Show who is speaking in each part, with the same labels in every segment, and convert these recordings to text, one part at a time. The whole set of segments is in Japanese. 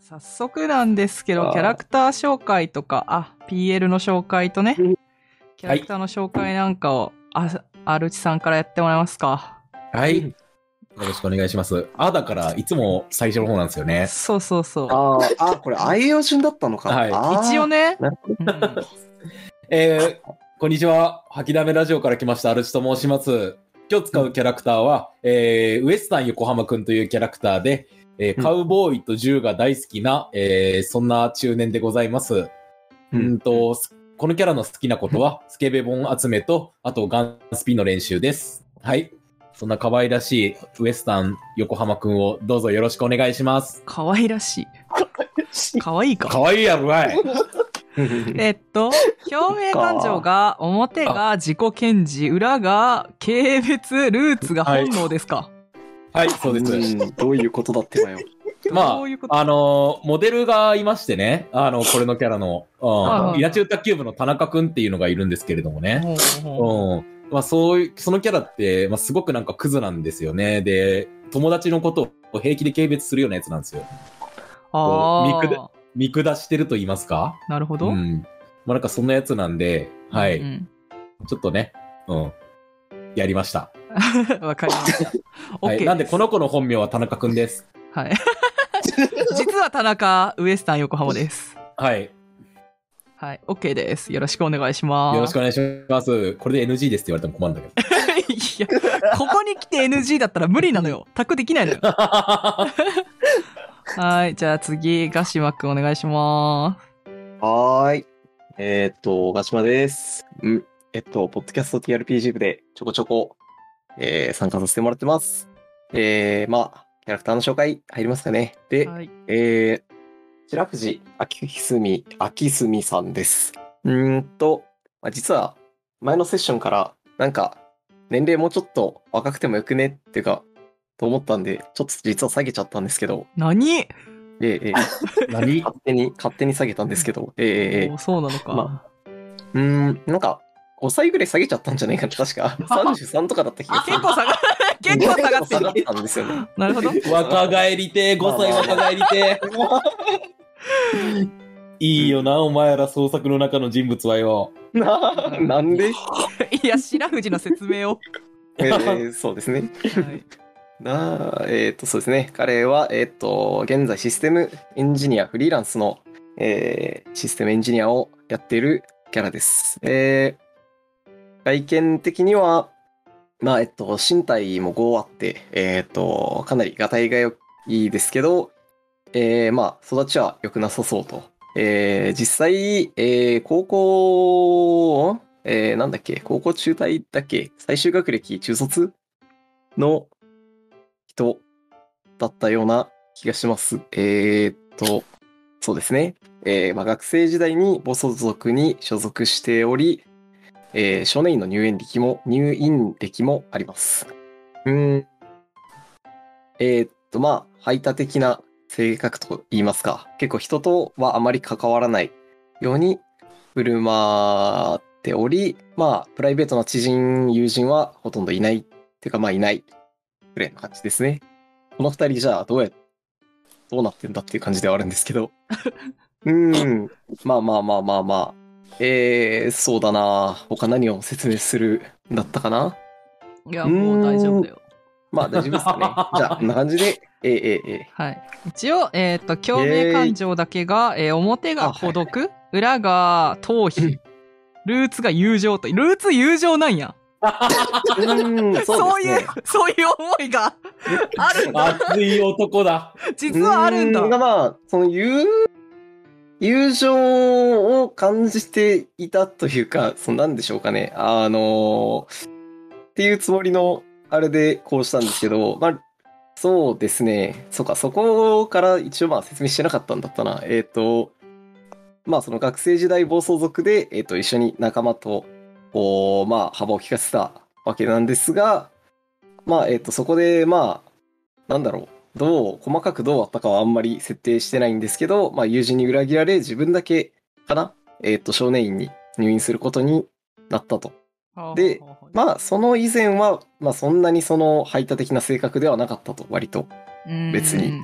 Speaker 1: 早速なんですけど、
Speaker 2: あー
Speaker 1: キャラクター紹介とか、あ、PL の紹介とね
Speaker 2: うん、
Speaker 1: キャラクターの紹介なんかを、あ、アルチさんからやってもらえますか。
Speaker 3: はい。よろしくお願いします。あ、だから、いつも最初の方なんですよね。
Speaker 1: そうそうそう。
Speaker 2: あーあ、これ、あえお順だったのか。
Speaker 3: はい
Speaker 2: あー
Speaker 1: 一応。ね、
Speaker 2: なるほど
Speaker 1: うん
Speaker 3: えー、こんにちは。吐きだめラジオから来ました、アルチと申します。今日使うキャラクターは、えー、ウエスタン横浜くんというキャラクターで、えー
Speaker 2: うん
Speaker 3: カウボーイと銃が大好きな、えー、そんな中年でございます。うんと、すこのキャラの好きなことは、スケベ本集めと、あとガンスピの練習です。はい。そんな可愛らしいウエスタン横浜くんをどうぞよろしくお願いします。
Speaker 1: 可愛らしい。可愛いか。
Speaker 3: 可愛いやろがい
Speaker 1: えっと、表明感情が、表が自己検事、裏が軽蔑、ルーツが本能ですか。
Speaker 3: はい、そうです。
Speaker 2: んどういうことだってばよ。
Speaker 3: ま
Speaker 1: どういうこと
Speaker 3: あ、あのーモデルがいましてね、あの、これのキャラの、
Speaker 1: はい
Speaker 3: うん
Speaker 1: はい
Speaker 3: 稲中卓球部の田中くんっていうのがいるんですけれどもね。
Speaker 1: ほうほうほう
Speaker 3: うん。まあ、そういう、そのキャラって、まあ、すごくなんかクズなんですよね。で、友達のことを平気で軽蔑するようなやつなんですよ。
Speaker 1: あ
Speaker 3: 肉で
Speaker 1: あ、
Speaker 3: 見下してると言いますか
Speaker 1: なるほど。
Speaker 3: うん。まあ、なんかそんなやつなんで、はい。
Speaker 1: うん
Speaker 3: ちょっとね、うん。やりました。
Speaker 1: わかりました。
Speaker 3: はい。
Speaker 1: OK
Speaker 3: なんで、この子の本名は田中くんです。
Speaker 1: はい。 実は田中、ウエスタン横浜です。
Speaker 3: はい。
Speaker 1: はい、OK です。よろしくお願いします。
Speaker 3: よろしくお願いします。これで NG ですって言われても困るんだけど。
Speaker 1: いや、ここに来て NG だったら無理なのよ。タックできないのよ。 はい、じゃあ次、ガシマくんお願いしま
Speaker 2: はーい。えーっと、小島です。うん。えっと、ポッドキャスト TRPG 部でちょこちょこ、えー参加させてもらってます。えー、まあ、キャラクターの紹介入りますかね。
Speaker 1: す。
Speaker 2: で、
Speaker 1: はい。
Speaker 2: えー、白藤秋澄、秋澄さんです。うーんと、まあ、実は前のセッションから、なんか、年齢もうちょっと若くてもよくねっていうか、と思ったんで、ちょっと実は下げちゃったんですけど、
Speaker 1: 何
Speaker 2: え えええ
Speaker 3: 何
Speaker 2: 勝手に、勝手に下げたんですけど、ええええ
Speaker 1: おそうなのか。
Speaker 2: まうーん、なんか、5歳ぐらい下げちゃったんじゃないかな、確か。33とかだった気が
Speaker 1: あ
Speaker 2: する
Speaker 1: 結。構下が、結構下がってる。
Speaker 2: 結構下がったんですよね。
Speaker 1: なるほど。
Speaker 3: 若返りてえ、5歳
Speaker 2: まあま
Speaker 3: 若
Speaker 2: あ
Speaker 3: 返りて え。いいよな、お前ら創作の中の人物はよ。
Speaker 2: ななんで、
Speaker 1: いや、白藤の説明を。
Speaker 2: ええそうですね。
Speaker 1: はい。
Speaker 2: なあ、えっ、と、そうですね。彼は、えっ、と、現在システムエンジニア、フリーランスの、えーシステムエンジニアをやっているキャラです。えー外見的には、まあ、えっ、と、身体も5あって、えっ、と、かなりがたいが良いですけど、えーまあ、育ちは良くなさそうと。えー実際、えー高校、えーなんだっけ、高校中退だっけ、最終学歴中卒の人だったような気がします。えーっと、そうですね。えーまあ、学生時代に暴走族に所属しており、えー少年院の入園歴も、入院歴もあります。うーん。えーっと、まあ、排他的な性格と言いますか、結構人とはあまり関わらないように振る舞っており、まあ、プライベートな知人、友人はほとんどいない。っていうか、まあ、いないぐらいの感じですね。この二人じゃあどうや、どうなってんだっていう感じではあるんですけど。 うーん。まあまあまあまあまあ。えー、そうだな。他何を説明するんだったかない
Speaker 1: や、もう大丈夫だよ。
Speaker 2: まあ大丈夫ですかね。 じゃあ、こんな感じで。えー、えー、え
Speaker 1: はい。一応、えっ、と、共鳴感情だけが、えー表が孤独、裏が頭
Speaker 2: う
Speaker 1: 皮、ルーツが友情と、ルーツ友情なんや。
Speaker 2: ー、うーん、
Speaker 1: そ
Speaker 2: そうう
Speaker 1: い
Speaker 2: で
Speaker 1: う
Speaker 2: すね。、
Speaker 1: そういう思いがあるんだ。
Speaker 3: 熱い男だ。
Speaker 1: 実はあるんだ
Speaker 2: うー。まあ、その友、友情を感じていたというか、そのなんでしょうかね。あのっていうつもりの、あれでこうしたんですけど、まあ、そうですね。そうか、そこから一応まあ説明してなかったんだったな。えっ、と、まあその学生時代暴走族で、えっ、と、一緒に仲間と、こう、まあ幅を利かせたわけなんですが、まあ、えっ、と、そこで、まあ、なんだろう。どう細かくどうあったかはあんまり設定してないんですけど、まあ、友人に裏切られ自分だけかな、えっと少年院に入院することになったと。でまあその以前は、まあ、そんなにその排他的な性格ではなかったと割と別に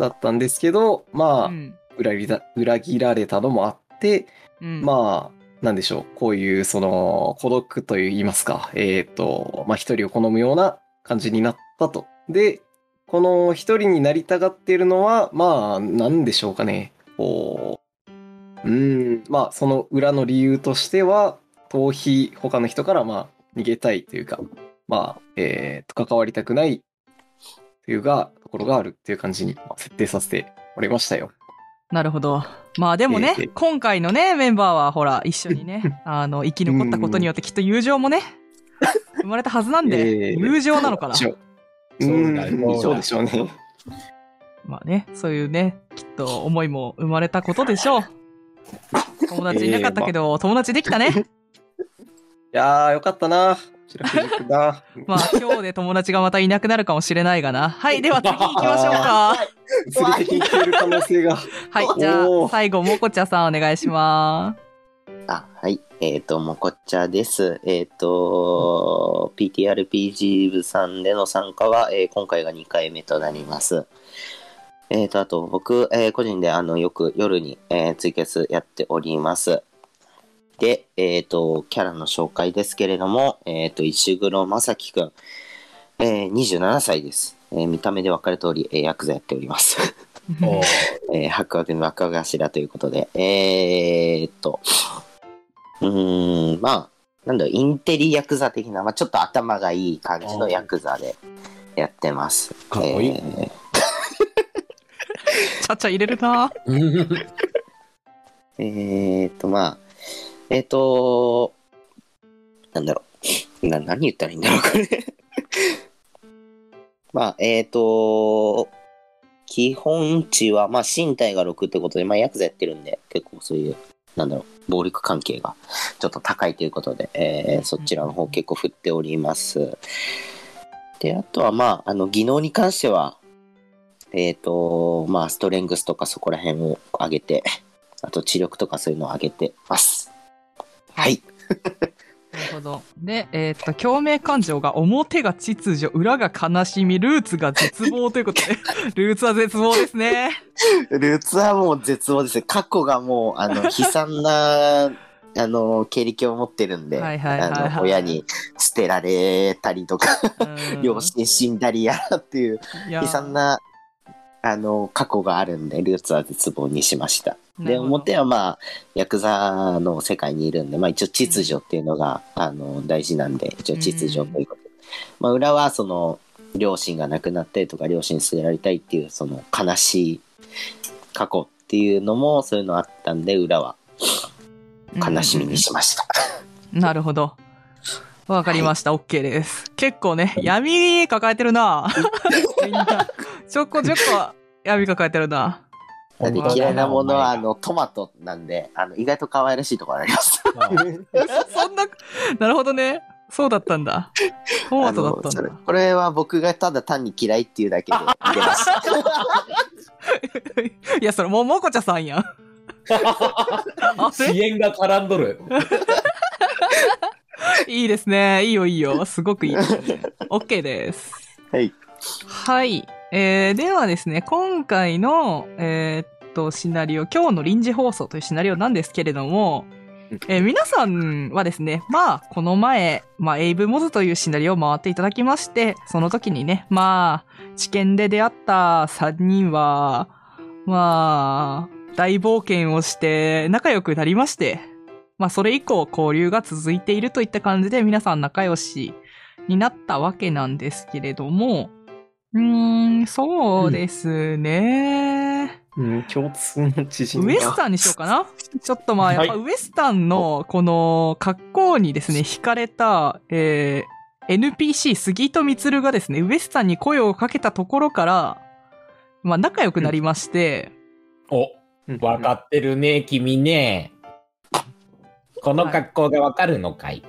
Speaker 2: だったんですけど、まあ、
Speaker 1: うん
Speaker 2: 裏切ら裏切られたのもあって、
Speaker 1: うん
Speaker 2: まあ、なんでしょう、こういう、その、孤独といいますか、えっ、と、まあ、一人を好むような感じになったと。で、この一人になりたがっているのは、まあ、なんでしょうかね。こう、うーん、まあ、その裏の理由としては、逃避、他の人から、まあ、逃げたいというか、まあ、えーと、関わりたくない、というが、ところがあるっていう感じにまあ設定させてもらいましたよ。
Speaker 1: なるほど。まあでもね、
Speaker 2: ええ
Speaker 1: 今回のね、メンバーはほら、一緒 にね、あの、生き残ったことによってきっと友情もね、生まれたはずなんで、
Speaker 2: ええ
Speaker 1: 友情なのかな。
Speaker 2: 一応う
Speaker 3: そうだよ
Speaker 2: ん、そうでしょうね。
Speaker 1: まあね、そういうね、きっと思いも生まれたことでしょう。友達いなかったけど、友達できた ね。
Speaker 2: いやー、よかったな。白くじくだ。
Speaker 1: まあ今日で友達がまたいなくなるかもしれないがな。はい、 では次行きましょうか。
Speaker 2: 釣り的に消える可能性が。
Speaker 1: はい、じゃ
Speaker 2: お
Speaker 1: あ
Speaker 2: ー
Speaker 1: 最後、もこちゃさんお願いしま
Speaker 4: あ、はい。えっ、と、もこっちゃです。えっ、と、PTRPG 部さんでの参加は、えー今回が2回目となります。えっ、と、あと僕、えー個人であのよく夜に、えーツイキャスやっております。で、えっ、と、キャラの紹介ですけれども、えっ、と、石黒正樹くん、えー27歳です。えー見た目で分かる通り、えーヤクザやっております。
Speaker 1: す。
Speaker 3: おー
Speaker 4: えー、白枠の若頭ということで、えー、っと、うーん、まあ、なんだろう、インテリヤクザ的な、まあ、ちょっと頭がいい感じのヤクザでやってます。
Speaker 3: かっこいい
Speaker 4: えー
Speaker 1: ちゃちゃ入れるな。
Speaker 3: うん
Speaker 4: えー、っと、まあ、えー、っと、なんだろう、な何言ったらいいんだろう、これ。 まあ、えー、っと、基本値は、まあ、身体が6ってことで、まあ、ヤクザやってるんで、結構そういう、なんだろう、暴力関係がちょっと高いということで、えーそちらの方結構振っております。で、あとは、まあ、あの、技能に関しては、えー、っと、まあ、ストレングスとかそこら辺を上げて、あと、知力とかそういうのを上げてます。はい。
Speaker 1: なるほど。で、えーっと、共鳴感情が表が秩序、裏が悲しみ、ルーツが絶望という ことで、ルーツは絶望ですね。
Speaker 4: ルーツはもう絶望ですね。過去がもう、あの、悲惨な、あの、経歴を持ってるんで、
Speaker 1: はいはいはいはい
Speaker 4: あの、親に捨てられたりとか、
Speaker 1: うん
Speaker 4: 両親に死んだりやらっていう、
Speaker 1: いや
Speaker 4: 悲惨な、あの、過去があるんで、ルーツは絶望にしました。
Speaker 1: な
Speaker 4: で、
Speaker 1: るほど
Speaker 4: 表はまあ、ヤクザの世界にいるんで、まあ一応秩序っていうのが、あの、大事なんで、一応秩序ということで。まあ裏はその、両親が亡くなったりとか、両親に捨てられたいっていう、その悲しい過去っていうのも、そういうのあったんで、裏は悲しみにしました。
Speaker 1: なるほど。わかりました。OK です。結構ね、闇抱えてる なみんな。ちょこちょこ闇抱えてるな
Speaker 4: なんで
Speaker 1: 本当だ
Speaker 4: 嫌いなものは、あの、トマトなんで、あの、意外と可愛らしいところあります。
Speaker 1: そんな、なるほどね。そうだったんだ。 トマトだったんだ
Speaker 4: あのそれ。これは僕がただ単に嫌いっていうだけで出 ました。
Speaker 1: いや、それ、もう、もこちゃさん やん。あれ
Speaker 3: 支援が絡んどる。
Speaker 1: いいですね。いいよ、いいよ。すごくい いですね。OK です。
Speaker 4: はい。
Speaker 1: はい。えー、ではですね、今回の、えーっと、シナリオ、今日の臨時放送というシナリオなんですけれども、えー皆さんはですね、まあ、この前、まあ、エイブ・モズというシナリオを回っていただきまして、その時にね、まあ、知見で出会った3人は、まあ、大冒険をして仲良くなりまして、まあ、それ以降交流が続いているといった感じで皆さん仲良しになったわけなんですけれども、うーん、そうですね。
Speaker 2: うん、共通の知人
Speaker 1: ウ
Speaker 2: が
Speaker 1: エスタンにしようかな。ちょっとまあ、やっぱ
Speaker 3: はい
Speaker 1: ウエスタンのこの格好にですね、惹かれた、えー NPC 杉戸光がですね、ウエスタンに声をかけたところから、まあ仲良くなりまして、
Speaker 3: お、
Speaker 2: うん
Speaker 3: わかってるね、君ね。この格好がわかるのかい。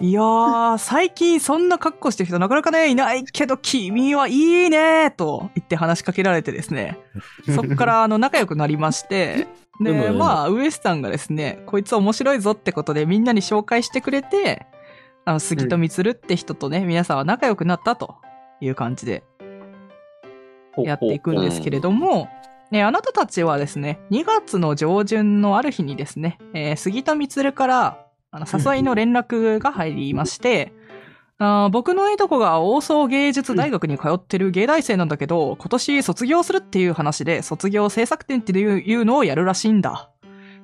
Speaker 1: いやー、最近そんな格好してる人なかなかね、いないけど、君はいいねーと言って話しかけられてですね、そっ からあの仲良くなりまして、
Speaker 3: うむ
Speaker 1: で、
Speaker 3: うむ
Speaker 1: まあ、ウエスタンがですね、こいつ面白いぞってことでみんなに紹介してくれて、あの、杉戸光って人とね、皆さんは仲良くなったという感じで。やっていくんですけれども、ね、あなたたちはですね、2月の上旬のある日にですね、えー杉田光から、あの、誘いの連絡が入りまして、あー僕のいとこが王総芸術大学に通ってる芸大生なんだけど、今年卒業するっていう話で、卒業制作展っていういうのをやるらしいんだ。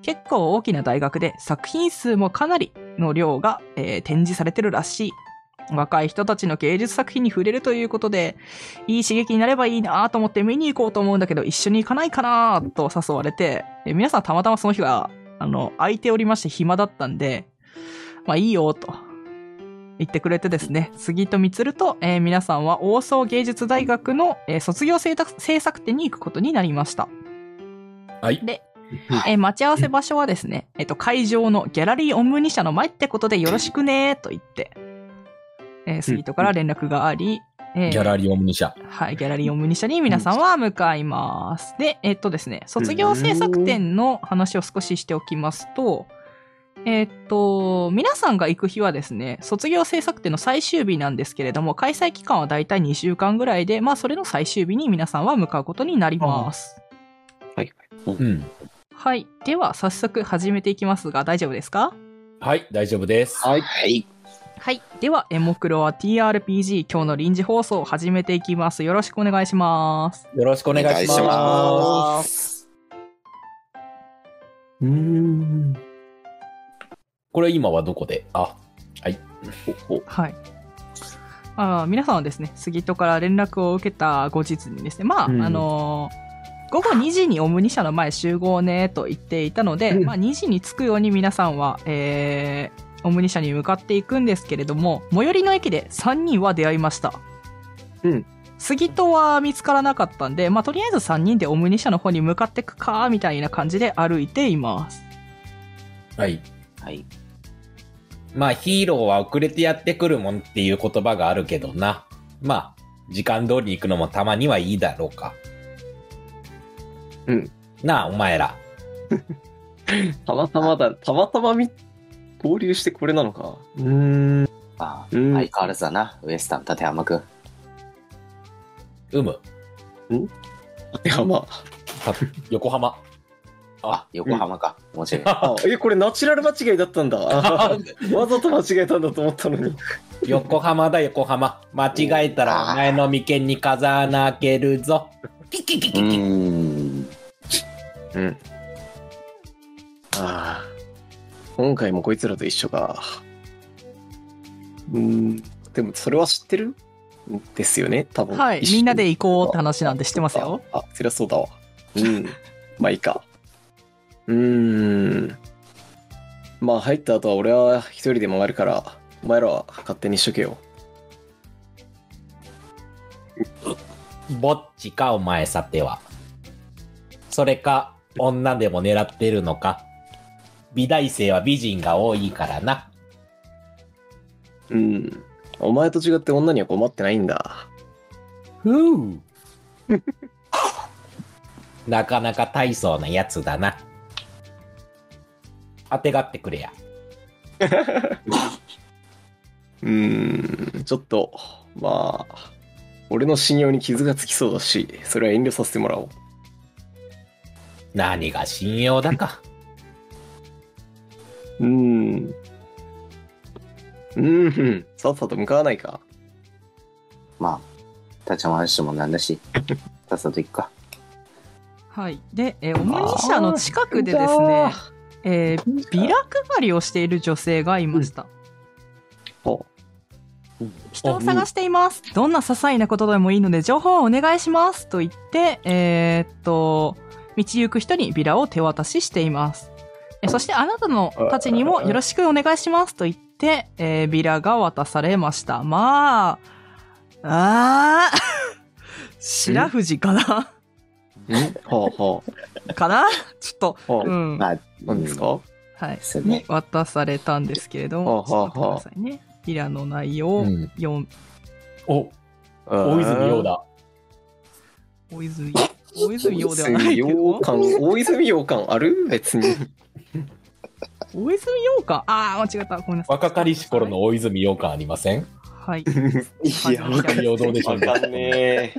Speaker 1: 結構大きな大学で作品数もかなりの量が、えー展示されてるらしい。若い人たちの芸術作品に触れるということで、いい刺激になればいいなと思って見に行こうと思うんだけど、一緒に行かないかなと誘われて、え皆さんたまたまその日が、あの、空いておりまして暇だったんで、まあいいよと言ってくれてですね、杉戸光と、えー皆さんは大総芸術大学の、えー卒業制作制作展に行くことになりました。
Speaker 3: はい。
Speaker 1: えー待ち合わせ場所はですね、えっと、会場のギャラリーオムニ社の前ってことでよろしくねーと言って、えー、杉戸から連絡があり、えー
Speaker 3: ギャラリーオムニシャ。
Speaker 1: はい、ギャラリーオムニ社に皆さんは向かいます。で、えっとですね、卒業制作展の話を少ししておきますと、えっと、皆さんが行く日はですね、卒業制作展の最終日なんですけれども、開催期間はだいたい2週間ぐらいで、まあ、それの最終日に皆さんは向かうことになります。
Speaker 2: はい。
Speaker 3: うん。
Speaker 1: はい。では、早速始めていきますが、大丈夫ですか
Speaker 3: はい、大丈夫です。
Speaker 2: はい。
Speaker 4: はい。
Speaker 1: はい。では、エモクロは TRPG、今日の臨時放送を始めていきます。よろしくお願いします。
Speaker 3: よろしくお願いします。
Speaker 4: お願
Speaker 2: うん。
Speaker 3: これ今はどこであ、
Speaker 1: はい。あー皆さんはですね、杉戸から連絡を受けた後日にですね、まあ、
Speaker 2: うん
Speaker 1: あのー午後2時にオムニ社の前集合ねと言っていたので、
Speaker 2: うん
Speaker 1: まあ、2時に着くように皆さんは、えーオムニ社に向かっていくんですけれども、最寄りの駅で3人は出会いました。
Speaker 2: うん
Speaker 1: 杉戸は見つからなかったんで、まあ、とりあえず3人でオムニ社の方に向かってくか、みたいな感じで歩いています。
Speaker 3: はい。
Speaker 4: はい。
Speaker 3: まあ、ヒーローは遅れてやってくるもんっていう言葉があるけどな。まあ、時間通りに行くのもたまにはいいだろうか。
Speaker 2: うん。
Speaker 3: なあ、お前ら。
Speaker 2: たまたまだ、たまたまみ、合流してこれなのか。うーん。
Speaker 4: あ
Speaker 2: うん
Speaker 4: 相変わらずだな、ウエスタン、立山くん。
Speaker 3: うむ。
Speaker 2: いや、 ま
Speaker 3: た横 浜。
Speaker 4: あ、横浜か。面白い。
Speaker 2: あ。あえ、これナチュラル間違いだったんだ。 あーわざと間違えたんだと思ったのに。
Speaker 3: 横浜だ、横浜。間違えたら、お前の眉間に風穴開けるぞ。キキキキ
Speaker 4: う
Speaker 3: キ。
Speaker 4: ーん。
Speaker 2: うん。ああ。今回もこいつらと一緒か。うーん。でも、それは知ってるんですよね、多分。
Speaker 1: はい。
Speaker 2: 一緒
Speaker 1: みんなで行こうって話なんで知ってますよ。
Speaker 2: あ、そりゃそう だわ。うん。まあいいか。うーん。まあ入った後は俺は一人で回るから、お前らは勝手にしとけよ。
Speaker 3: ぼっちか、お前さては。それか、女でも狙ってるのか。美大生は美人が多いからな。
Speaker 2: うん。お前と違って女には困ってないんだ。
Speaker 3: ふう。 なかなか大層なやつだな。あてがってくれや。
Speaker 2: うーん。ちょっと、まあ、俺の信用に傷がつきそうだし、それは遠慮させてもらおう。
Speaker 3: 何が信用だか。
Speaker 2: うーん。うーん。さっさと向かわないか。
Speaker 4: まあ、立山話もなん だし、さっさと行くか。
Speaker 1: はい。で、えー、オムニ社の近くでですね、えー、ビラ配りをしている女性がいました。
Speaker 2: お
Speaker 1: 人を探しています。どんな些細なことでもいいので、情報をお願いします。と言って、えーっと、道行く人にビラを手渡ししています。えそして、あなたのたちにもよろしくお願いします。と言って、えービラが渡されました。まあ、あー、白藤かな
Speaker 2: うんはあは
Speaker 1: かな ちょっと、
Speaker 2: あ。はあ
Speaker 1: うん。
Speaker 4: まあ、
Speaker 2: 何ですか
Speaker 1: はい
Speaker 4: す、ね
Speaker 1: に渡されたんですけれども、ち
Speaker 2: はあ
Speaker 1: ょ
Speaker 2: はあ
Speaker 1: っと待ってくださいね。ビラの内容を
Speaker 3: うん
Speaker 1: 読ん、
Speaker 3: お、
Speaker 2: 大
Speaker 3: 大泉洋。だ。
Speaker 1: 大泉、大泉洋ではな
Speaker 2: 大
Speaker 1: いけ
Speaker 2: 泉洋
Speaker 1: ど、
Speaker 2: 感、大泉洋感ある別に。
Speaker 1: 大泉洋か。ああ、間違った。ごめんなさい。
Speaker 3: 若かりし頃の大泉洋感ありません
Speaker 1: はい。
Speaker 2: い
Speaker 1: やわかんない
Speaker 3: 洋どうでしょう
Speaker 2: わ
Speaker 3: ね
Speaker 2: かんねえ。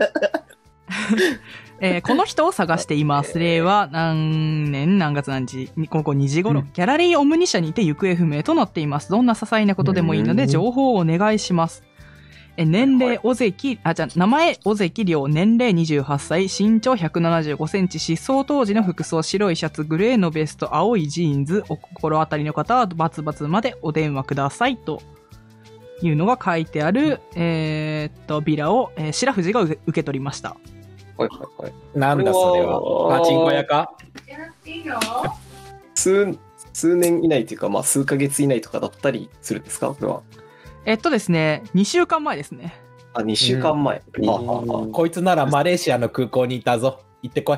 Speaker 1: えーこの人を探しています。例は何年何月何時、午後2時頃、
Speaker 2: うん
Speaker 1: ギャラリーオムニ社にて行方不明となっています。どんな些細なことでもいいの
Speaker 2: うん
Speaker 1: で、情報をお願いします。え年齢、尾関、あ、じゃあ、名前、尾関亮、年齢28歳、身長175センチ、失踪当時の服装、白いシャツ、グレーのベスト、青いジーンズ、お心当たりの方は、バツバツまでお電話ください、というのが書いてある、えーっと、ビラを、えー白藤が受け取りました。
Speaker 2: はいはいはい。
Speaker 3: なんだそれ
Speaker 2: うわ
Speaker 3: は。
Speaker 2: ー
Speaker 3: パチンコ屋か
Speaker 2: 数、数年以内というか、まあ、数ヶ月以内とかだったりするんですかこれは。
Speaker 1: えっとですね、2週間前ですね。
Speaker 2: あ、2週間前。
Speaker 4: うん
Speaker 2: はあはあはあ
Speaker 3: こいつならマレーシアの空港にいたぞ。行ってこい。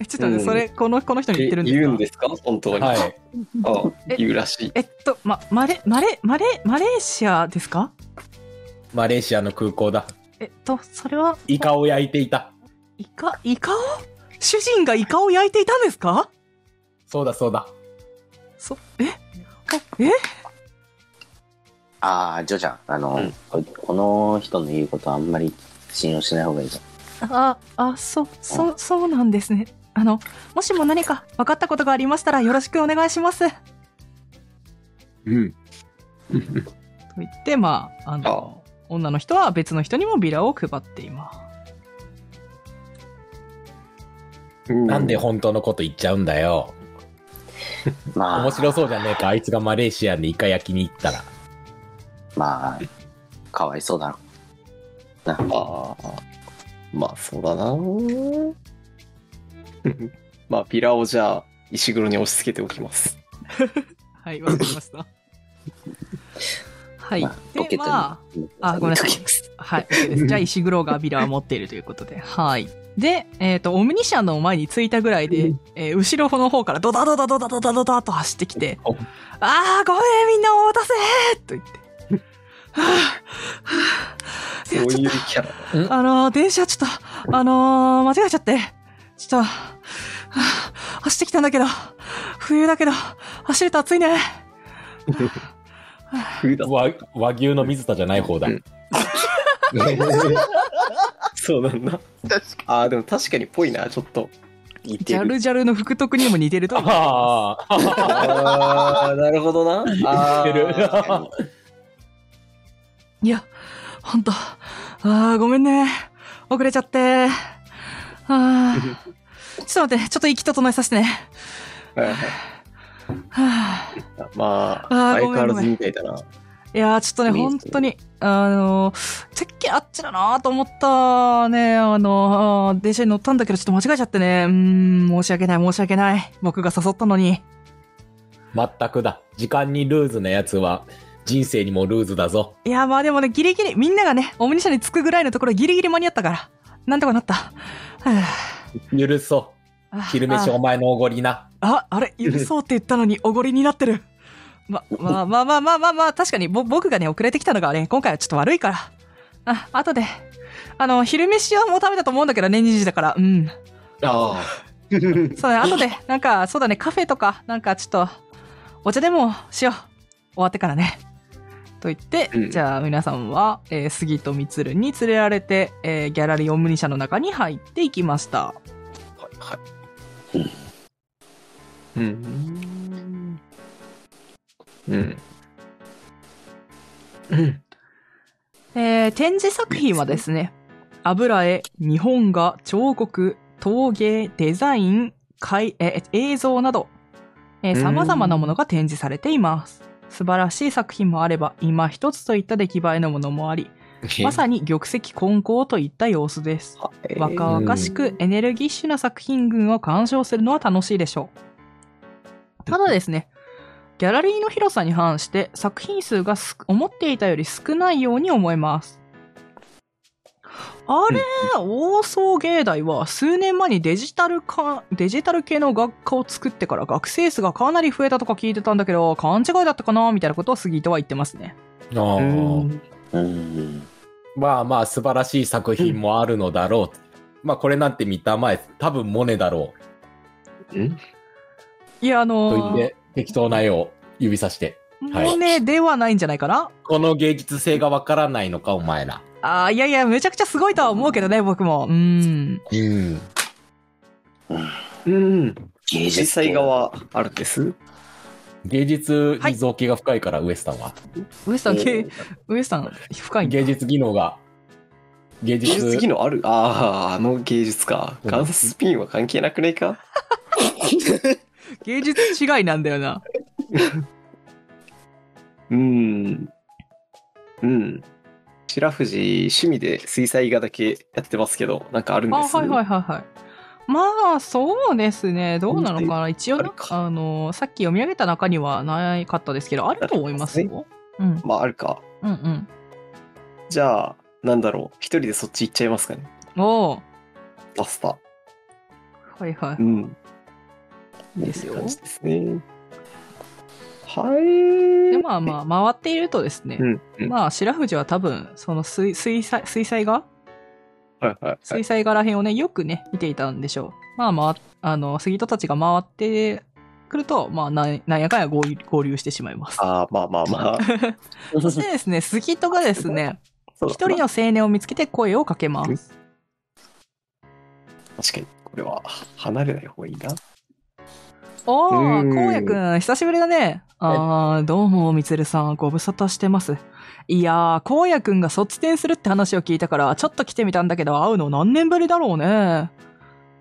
Speaker 1: えちょっと待って、
Speaker 2: うん
Speaker 1: それ、この、この人に言ってるんですか
Speaker 2: 言うんですか本当に。
Speaker 3: はい。
Speaker 2: あ
Speaker 1: え
Speaker 2: 言うらしい。
Speaker 1: えっと、ま、マレ、マレ、マレ、マレーシアですか
Speaker 3: マレーシアの空港だ。
Speaker 1: えっと、それは、
Speaker 3: イカを焼いていた。
Speaker 1: イカ、イカを主人がイカを焼いていたんですか
Speaker 3: そうだそうだ。
Speaker 1: そ、えおえ
Speaker 4: ああ、ジョジャン、あの、
Speaker 2: うん
Speaker 4: ここの人の言うことはあんまり信用しない方がいいぞ。
Speaker 1: あ、あ、そ、そ、そうなんですね。あの、もしも何か分かったことがありましたらよろしくお願いします。と
Speaker 3: うん。
Speaker 1: 言って、まあ、あの、女の人は別の人にもビラを配っています。
Speaker 3: なんで
Speaker 2: う
Speaker 3: 本当のこと言っちゃうんだよ。
Speaker 4: まあ、
Speaker 3: 面白そうじゃねえか。あいつがマレーシアにイカ焼きに行ったら。
Speaker 4: まあ、かわいそうだろ。な
Speaker 2: ああ。まあ、そうだな。 まあ、ピラをじゃあ、石黒に押し付けておきます。
Speaker 1: はい、わかりました。 はい。
Speaker 4: まあポケット
Speaker 1: で、
Speaker 4: に
Speaker 1: まあ、あ、ごめんなさい。はい。OK ですじゃあ、石黒がビラを持っているということで。はい。で、えっ、と、オムニシャンの前に着いたぐらいで、えー後ろの方からドダドダドダドダドダと走ってきて
Speaker 3: お、
Speaker 1: あー、ごめん、みんなお待たせと 言って。
Speaker 2: そういうキャラ。
Speaker 1: あのー、電車ちょっと、あのー、間違えちゃって。ちょっと、はあ走ってきたんだけど、冬だけど、走ると暑いね。
Speaker 2: 冬だ。
Speaker 3: 和和牛の水田じゃない方だ。
Speaker 2: うん そうなんだ。ああ、でも確かにぽいな、ちょっと。
Speaker 4: 言っ
Speaker 1: ジ
Speaker 4: て
Speaker 1: ャ
Speaker 4: る。
Speaker 1: ルジャルの福徳にも似てると思います
Speaker 3: あ あ、
Speaker 2: ああ、なるほどな。あ
Speaker 3: 言ってる
Speaker 2: ー
Speaker 1: いや、ほんと。ああ、ごめんね。遅れちゃって。あ あ。ちょっと待って、ちょっと息整えさせてね。
Speaker 2: はいはい
Speaker 1: はあ、
Speaker 2: まあ、
Speaker 1: あーごめん
Speaker 2: 相変わ
Speaker 1: ごめん
Speaker 2: らずみたいだな。
Speaker 1: いやー、ちょっとね、
Speaker 4: いいです
Speaker 1: 本
Speaker 4: ね
Speaker 1: 当に、あのー、てっきりあっちだなーと思ったね、あのーあー電車に乗ったんだけど、ちょっと間違えちゃってね。うーん、申し訳ない、申し訳ない。僕が誘ったのに。
Speaker 3: 全くだ。時間にルーズなやつは人生にもルーズだぞ。
Speaker 1: いやー、まあでもね、ギリギリ、みんながね、オムニ社に着くぐらいのところギリギリ間に合ったから。なんとかなった。は
Speaker 3: 許そ
Speaker 1: あ
Speaker 3: う。昼飯お前のおごりな。
Speaker 1: あ、あれ、許そうって言ったの におごりになってる。ま、まあまあまあまあまあまあ、確かにぼ僕がね、遅れてきたのがね、今回はちょっと悪いから。あ、後で。あの、昼飯はもう食べたと思うんだけどね、2時だから。うん。
Speaker 2: あ
Speaker 1: そう だね、後で、なんか、そうだね、カフェとか、なんかちょっと、お茶でもしよう。終わってからね。と言って、
Speaker 2: うん
Speaker 1: じゃあ皆さんは、えー杉戸光に連れられて、えーギャラリーオムニ社の中に入っていきました。
Speaker 2: あ。はいはい。うん。うん。うん。
Speaker 1: えー展示作品はですね、油絵、日本画、彫刻、陶芸、デザイン、絵えー映像など、えー
Speaker 2: うん
Speaker 1: 様々なものが展示されています。素晴らしい作品もあれば、今一つといった出来栄えのものもあり、まさに玉石混交といった様子です。若々しくエネルギッシュな作品群を鑑賞するのは楽しいでしょう。ただですね、ギャラリーの広さに反して作品数がす思っていたより少ないように思えます。あれ、大総芸大は数年前にデジタルか、デジタル系の学科を作ってから学生数がかなり増えたとか聞いてたんだけど、勘違いだったかなみたいなことを杉戸は言ってますね。
Speaker 3: ああ
Speaker 2: うん
Speaker 4: うん。
Speaker 3: まあまあ素晴らしい作品もあるのだろう。まあこれなんて見たまえ、多分モネだろう。
Speaker 1: いや、あ
Speaker 3: と
Speaker 1: の
Speaker 3: 言
Speaker 1: ー、
Speaker 3: って適当な絵を指さして。はい
Speaker 1: モネではないんじゃないかな
Speaker 3: この芸術性がわからないのかお前ら。
Speaker 1: あーいやいや、めちゃくちゃすごいとは思うけどね、僕も。うん。
Speaker 3: うん。
Speaker 2: うん。
Speaker 4: 芸
Speaker 2: 実
Speaker 4: 術系
Speaker 2: 際側あるんです。
Speaker 3: 芸術に造形が深いから、ウエスタンは。
Speaker 1: ウエスタン、
Speaker 4: え
Speaker 1: け
Speaker 4: ー
Speaker 1: ウエスタン、深いんだ
Speaker 3: 芸術技能が。芸
Speaker 2: 芸術
Speaker 3: 術。
Speaker 2: 技能あるああ、あの芸術か。
Speaker 3: うん
Speaker 2: ガンスピンは関係なくないか
Speaker 1: 芸術違いなんだよな。
Speaker 2: うん。うん。白藤、趣味で水彩画だけやってますけど、なんかあるん
Speaker 1: あ、
Speaker 2: です
Speaker 1: はいはいはいはい。まあ、そうですね。どうなのかな。一応
Speaker 2: あ
Speaker 1: な
Speaker 2: る、か
Speaker 1: あの、さっき読み上げた中にはないかったですけど、あると思いますよ。うん、
Speaker 2: まあ、あるか。
Speaker 1: うん、うん。
Speaker 2: じゃあ、なんだろう。一人でそっち行っちゃいますかね。
Speaker 1: おお
Speaker 2: パスタ。
Speaker 1: はいは
Speaker 2: うん。
Speaker 1: い。いいですよ
Speaker 2: 感。じですね。はい。
Speaker 1: で、まあまあ、回っているとですね
Speaker 2: う、ん。うん
Speaker 1: まあ、白藤は多分、その水、水彩、水彩画
Speaker 2: はいはいはい
Speaker 1: 水彩画ら辺をね、よくね、見ていたんでしょう。まあまあ、あの、杉戸たちが回ってくると、まあ、なんなんやかんや合流合流してしまいます。
Speaker 2: ああ、まあまあまあ。
Speaker 1: そしてですね、杉戸がですね、
Speaker 2: そうだ
Speaker 1: 一人の
Speaker 2: ま
Speaker 1: 青年を見つけて声をかけます。
Speaker 2: あ確かに、これは離れない方がいいな。
Speaker 1: お
Speaker 2: う
Speaker 1: ー、
Speaker 2: ん
Speaker 1: こうやくん、久しぶりだね。あー、どうも、みつるさん、ご無沙汰してます。いやー、こうやくんが卒展するって話を聞いたから、ちょっと来てみたんだけど、会うの何年ぶりだろうね。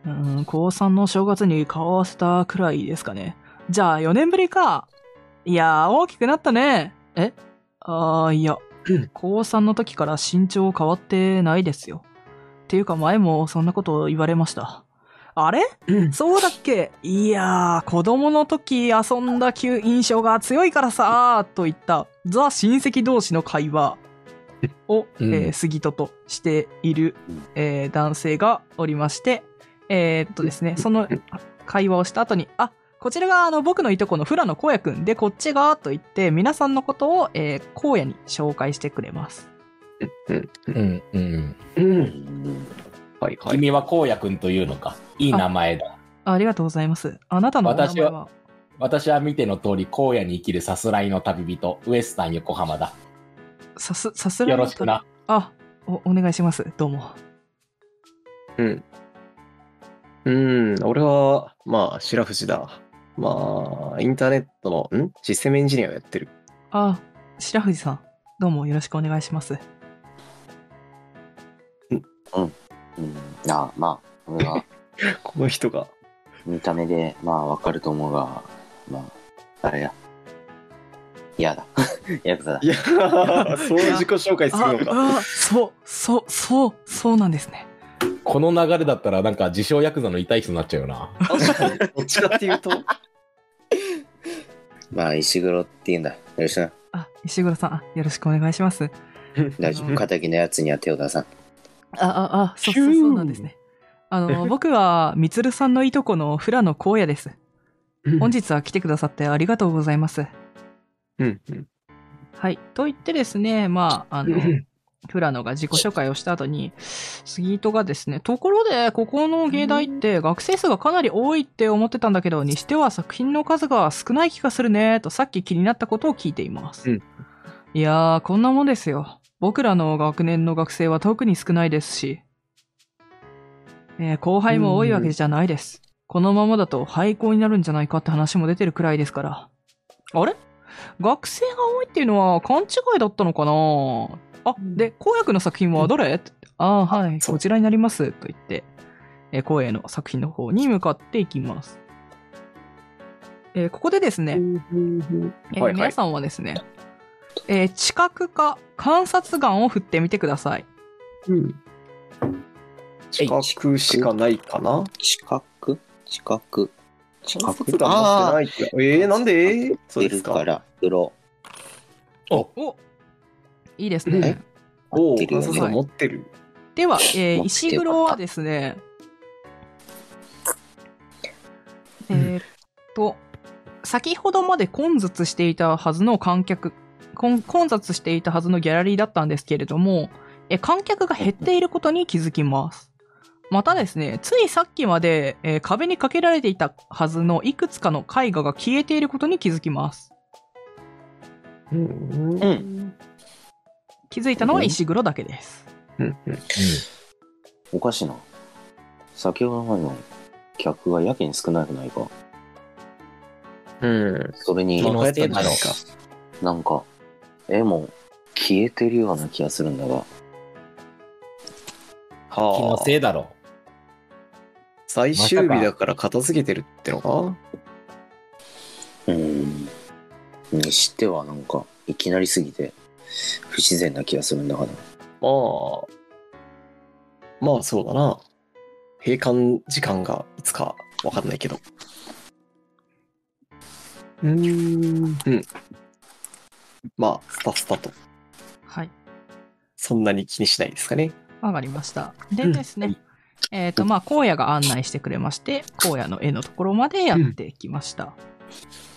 Speaker 1: うん、高3の正月に顔合わせたくらいですかね。じゃあ、4年ぶりか。いやー、大きくなったね。えあー、いや、高3の時から身長変わってないですよ。っていうか、前もそんなこと言われました。あれそうだっけいやー、子供の時遊んだ旧印象が強いからさー、といった、ザ親戚同士の会話を、
Speaker 3: うん
Speaker 1: えー杉戸としている、えー男性がおりまして、えーっとですね、そのあ会話をした後に、あ、こちらがあの僕のいとこのフラの荒野くんで、こっちが、と言って、皆さんのことを、えー荒野に紹介してくれます。
Speaker 3: うん、うん。
Speaker 2: うん。
Speaker 4: うん
Speaker 2: はいはい。
Speaker 3: 君はこうやくんというのか。いい名前だ。
Speaker 1: ありがとうございます。あなたのお名前
Speaker 3: 私は
Speaker 1: は
Speaker 3: 私は見ての通り、荒野に生きるさすらいの旅人、ウエスタン横浜だ。
Speaker 1: さす、さすら
Speaker 3: よ
Speaker 1: いの
Speaker 3: ろしくな。
Speaker 1: あ、お、お願いします。どうも。
Speaker 2: うん。うん、俺は、まあ、白藤だ。まあ、インターネットの、んシステムエンジニアをやってる。
Speaker 1: あ、白藤さん、どうもよろしくお願いします。
Speaker 4: うんあまあこれは
Speaker 2: この人が。
Speaker 4: 見た目でまあわかると思うがまああれや嫌だ ヤクザだ
Speaker 2: いやー、そういう自己紹介する
Speaker 1: あ
Speaker 2: のか。
Speaker 1: あ、そう、そう、そう、そうなんですね。
Speaker 3: この流れだったら、なんか自称ヤクザの痛い人になっちゃうよな。
Speaker 2: 確かにどっちかって いうと、
Speaker 4: まあ石黒って言うんだよろしくな
Speaker 1: あ、石黒さん、あよろしくお願いします。
Speaker 4: 大丈
Speaker 1: う
Speaker 4: 夫
Speaker 1: ん
Speaker 4: 敵のやつには手を出さん
Speaker 1: あ、あ、あ、そうそう、そうなんですね。あの、僕は、みつるさんのいとこのフラの荒野です。
Speaker 2: うん
Speaker 1: 本日は来てくださってありがとうございます。
Speaker 2: うん、うん。
Speaker 1: はい。と言ってですね、まあ、あの、フラノが自己紹介をした後に、杉戸がですね、ところで、ここの芸大って学生数がかなり多いって思ってたんだけど、にしては作品の数が少ない気がするね、とさっき気になったことを聞いています。
Speaker 2: うん
Speaker 1: いやー、こんなもんですよ。僕らの学年の学生は特に少ないですし、えー後輩も多いわけじゃないです。このままだと廃校になるんじゃないかって話も出てるくらいですから。あれ学生が多いっていうのは勘違いだったのかなあ、で、公約の作品はどれ、ってああ、はい、
Speaker 2: そう
Speaker 1: こちらになります。と言って、えー、光栄の作品の方に向かっていきます。えーここでですね、えー
Speaker 2: はいはい
Speaker 1: 皆さんはですね、えー知覚か観察眼を振ってみてください。
Speaker 2: うん。近くしかないかな
Speaker 4: 近く近く近
Speaker 2: 観
Speaker 4: く
Speaker 2: 察が持ってないって。えー、なんでそう
Speaker 4: 出
Speaker 2: で
Speaker 4: る
Speaker 2: す
Speaker 4: か
Speaker 2: から
Speaker 4: 黒
Speaker 3: お
Speaker 1: おいいですね。
Speaker 2: おお、
Speaker 4: 合ってる
Speaker 2: 観
Speaker 4: よね
Speaker 2: 察が持ってる。
Speaker 1: では、え ー
Speaker 4: 持ってよかった
Speaker 1: 石黒はですね、えーっと、先ほどまで混雑していたはずの観客、混混雑していたはずのギャラリーだったんですけれども、えー観客が減っていることに気づきます。またですね、ついさっきまで、えー壁にかけられていたはずのいくつかの絵画が消えていることに気づきます。
Speaker 2: うん。
Speaker 4: うん
Speaker 1: 気づいたのは石黒だけです。
Speaker 2: うんうん
Speaker 4: おかしいな。先ほどまでの客がやけに少なくないか。
Speaker 2: うん。
Speaker 4: それに、
Speaker 3: 昨日
Speaker 2: 帰ったんじゃないか。
Speaker 4: なんか、絵も消えてるような気がするんだが。
Speaker 3: 気の
Speaker 2: は
Speaker 3: せ
Speaker 2: あ。
Speaker 3: いだろ
Speaker 2: 最終日だから片付けてるってのか
Speaker 4: うーん。にしてはなんか、いきなりすぎて、不自然な気がするんだがな。
Speaker 2: まあ、まあそうだな。閉館時間がいつかわかんないけど。うーん。うん。まあ、スタスタと。
Speaker 1: はい。
Speaker 2: そんなに気にしないですかね。
Speaker 1: わかりました。で
Speaker 2: うん
Speaker 1: ですね。えっ、と、まあ、荒野が案内してくれまして、荒野の絵のところまでやってきました。えー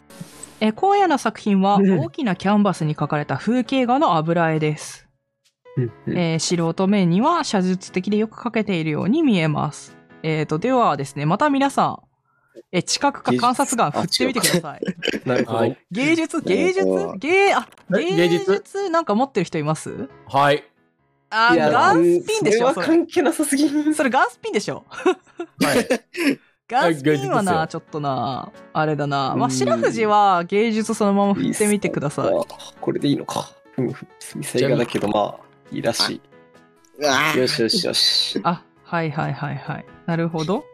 Speaker 1: 荒野の作品は、
Speaker 2: うん
Speaker 1: 大きなキャンバスに描かれた風景画の油絵です。
Speaker 2: うんうん
Speaker 1: えー素人目には写実的でよく描けているように見えます。えっ、と、ではですね、また皆さん、えー近くか観察眼振ってみてください。
Speaker 2: なる
Speaker 3: う。
Speaker 2: ほど。
Speaker 3: はい。
Speaker 1: 芸 術、芸術
Speaker 4: なるほど、
Speaker 1: 芸、あ、
Speaker 3: え
Speaker 1: 芸
Speaker 3: 芸術
Speaker 1: 術なんか持ってる人います
Speaker 3: はい。
Speaker 1: あ、
Speaker 2: いや
Speaker 1: ガンスピンでしょ
Speaker 2: そ
Speaker 1: そ
Speaker 2: れは
Speaker 1: れ。
Speaker 2: 関係なさすぎん。
Speaker 1: それガンスピンでしょ
Speaker 3: はい。
Speaker 1: ガンスピンはな、
Speaker 3: あ芸術ですよ
Speaker 1: ちょっとな、あれだな。まあ、
Speaker 2: うん
Speaker 1: 白藤は芸術そのまま振ってみてください。
Speaker 2: これでいいのか。うん、水彩画だけど、まあ、いいらし
Speaker 4: うわ
Speaker 2: い。よしよしよし。
Speaker 1: あ、はいはいはいはい。なるほど。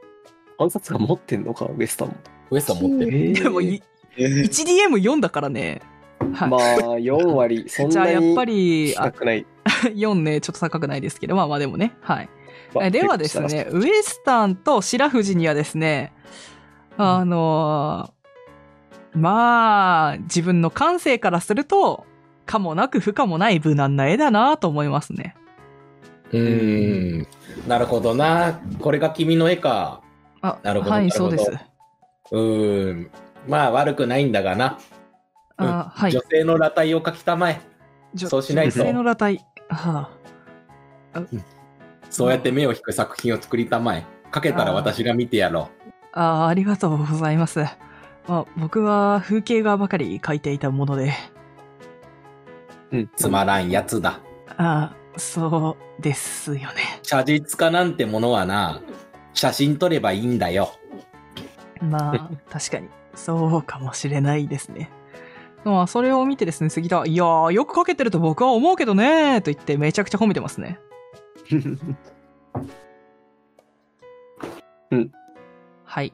Speaker 2: 暗殺が持ってんのか、ウエスタンも。
Speaker 3: ウエスト持ってる。
Speaker 2: えー
Speaker 1: でもい、
Speaker 4: ぁ
Speaker 1: 1DM4 だからね。はい。
Speaker 2: まあ、4割、そん
Speaker 1: じゃあ、
Speaker 2: な
Speaker 1: やっぱ
Speaker 2: に
Speaker 1: り、あ
Speaker 2: 高くない。
Speaker 1: 4ね、ちょっと高くないですけど、まあまあでもね。はい。
Speaker 2: まあ
Speaker 1: えではです。
Speaker 2: 結
Speaker 1: ね、ウエスタンと白藤にはですね、あのーまあ、自分の感性からすると、かもなく不可もない無難な絵だなと思いますね。
Speaker 3: うーん。なるほどな。これが君の絵か。
Speaker 1: あ、
Speaker 3: なるほど
Speaker 1: はい、
Speaker 3: なる
Speaker 1: そ
Speaker 3: ほ
Speaker 1: う
Speaker 3: ど
Speaker 1: です。
Speaker 3: うーん。まあ悪くないんだがな。うん
Speaker 1: あはい。
Speaker 3: 女性の裸体を描きたまえ。
Speaker 1: 女
Speaker 3: そうしないと
Speaker 1: 女性の裸体。は
Speaker 3: そうやって目を引く作品を作りたまえ。描けたら私が見てやろ
Speaker 1: あ、あありがとうございます。まあ、僕は風景画ばかり描いていたもので、
Speaker 2: 構うん
Speaker 3: う。つまらんやつだ。
Speaker 1: ああ、そうですよね。
Speaker 3: 写実家なんてものはな、写真撮ればいいんだよ。
Speaker 1: ま あ、確かに、そうかもしれないですね。まあ、それを見てですね、杉田は、いやー、よく描けてると僕は思うけどねーと言って、めちゃくちゃ褒めてますね。はい。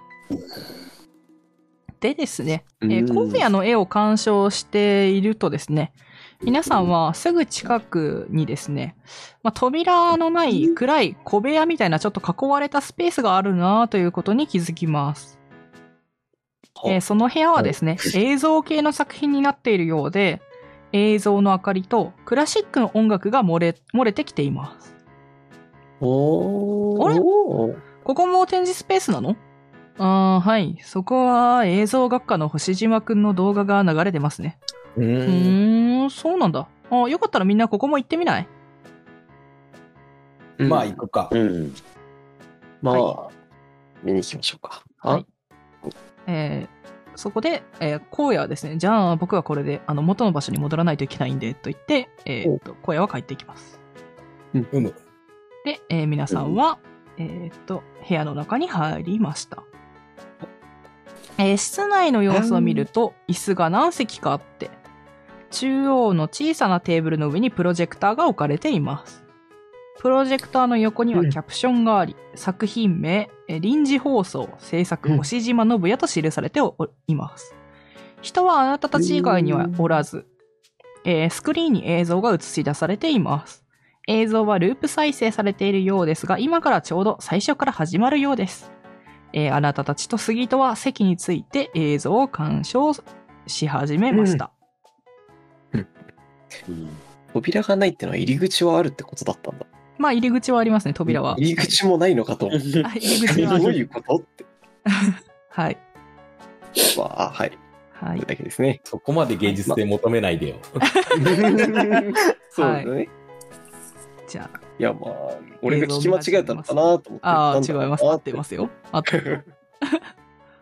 Speaker 1: でですね、えー
Speaker 2: うん
Speaker 1: 荒野の絵を鑑賞しているとですね、皆さんはすぐ近くにですね、まあ、扉のない暗い小部屋みたいなちょっと囲われたスペースがあるなということに気づきます。えーその部屋はですね、映像系の作品になっているようで、映像の明かりとクラシックの音楽が漏れ漏れてきています。
Speaker 2: おー。
Speaker 1: あれ
Speaker 2: おー
Speaker 1: ここも展示スペースなのあーはい。そこは映像学科の星島くんの動画が流れてますね。
Speaker 3: う
Speaker 1: うーん、そうなんだ。あよかったらみんなここも行ってみない
Speaker 2: うん
Speaker 3: まあ行くか。
Speaker 4: うん。
Speaker 2: ま
Speaker 1: は
Speaker 2: あ、見に行きましょうか。
Speaker 1: は
Speaker 2: あ
Speaker 1: いえーそこで、えー、荒野はですね、じゃあ僕はこれで、あの、元の場所に戻らないといけないんで、と言って、えーっと、荒野は帰っていきます。
Speaker 3: うむ。
Speaker 1: で、えー皆さんは、えーっと、部屋の中に入りました。えー室内の様子を見ると、椅子が何席かあって、中央の小さなテーブルの上にプロジェクターが置かれています。プロジェクターの横には
Speaker 2: うん
Speaker 1: キャプションがあり、作品名、えー臨時放送、制作、
Speaker 2: うん
Speaker 1: 星島信也と記されておいます。人はあなたたち以外にはおらず、えースクリーンに映像が映し出されています。映像はループ再生されているようですが、今からちょうど最初から始まるようです。えーあなたたちと杉戸は席について映像を鑑賞し始めました。
Speaker 4: うん
Speaker 2: 扉がないってのは入り口はあるってことだったんだ。
Speaker 1: まあ入り口はありますね、扉は。
Speaker 2: 入り口もないのかと思
Speaker 1: あ
Speaker 2: っ
Speaker 4: う
Speaker 1: 入り
Speaker 2: て。
Speaker 1: 口はあ
Speaker 2: どう
Speaker 1: る。
Speaker 2: いうことって。
Speaker 1: はい。
Speaker 2: まあ、はい。
Speaker 1: は
Speaker 2: それ
Speaker 1: い。
Speaker 2: だけですね。
Speaker 3: そこまで芸術性求めないでよ。
Speaker 2: そうだね。
Speaker 1: じゃ
Speaker 2: いや、まあ、俺が聞き間違えたのかなと思って。。
Speaker 1: あ、あー違います。合ってますすよ。合って る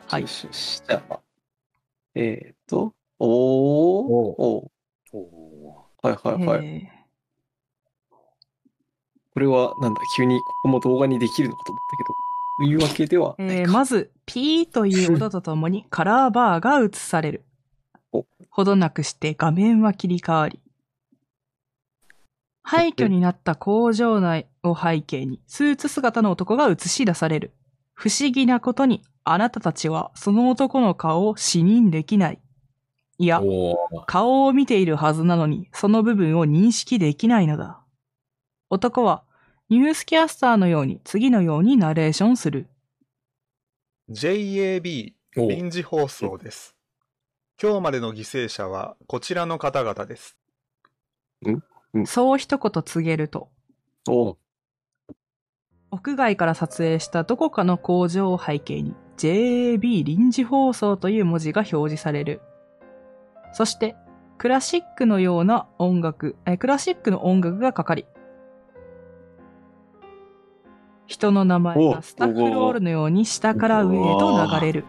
Speaker 1: はい
Speaker 2: よ。しよし。じゃあ、まあ。えーっと、おー。
Speaker 3: お
Speaker 2: おー
Speaker 4: ん
Speaker 2: はいはいはい。
Speaker 1: え
Speaker 2: れはなんだ、急にここも動画にできるのかと思ったけど、というわけではない
Speaker 1: えー
Speaker 2: か。
Speaker 1: まず、ピーという音とともにカラーバーが映される
Speaker 2: お。
Speaker 1: ほどなくして画面は切り替わり。廃墟になった工場内を背景に、スーツ姿の男が映し出される。不思議なことに、あなたたちはその男の顔を視認できない。いや、
Speaker 3: おー
Speaker 1: 顔を見ているはずなのに、その部分を認識できないのだ。男は、ニュースキャスターのように、次のようにナレーションする。
Speaker 5: JAB
Speaker 3: おー
Speaker 5: 臨時放送です。今日までの犠牲者はこちらの方々です。
Speaker 1: そう一言告げると、
Speaker 2: お
Speaker 1: 屋外から撮影したどこかの工場を背景に、JAB 臨時放送という文字が表示される。そして、クラシックのような音楽、えクラシックの音楽がかかり、人の名前
Speaker 2: お
Speaker 1: がスタッフロールのように下から上へと流れる。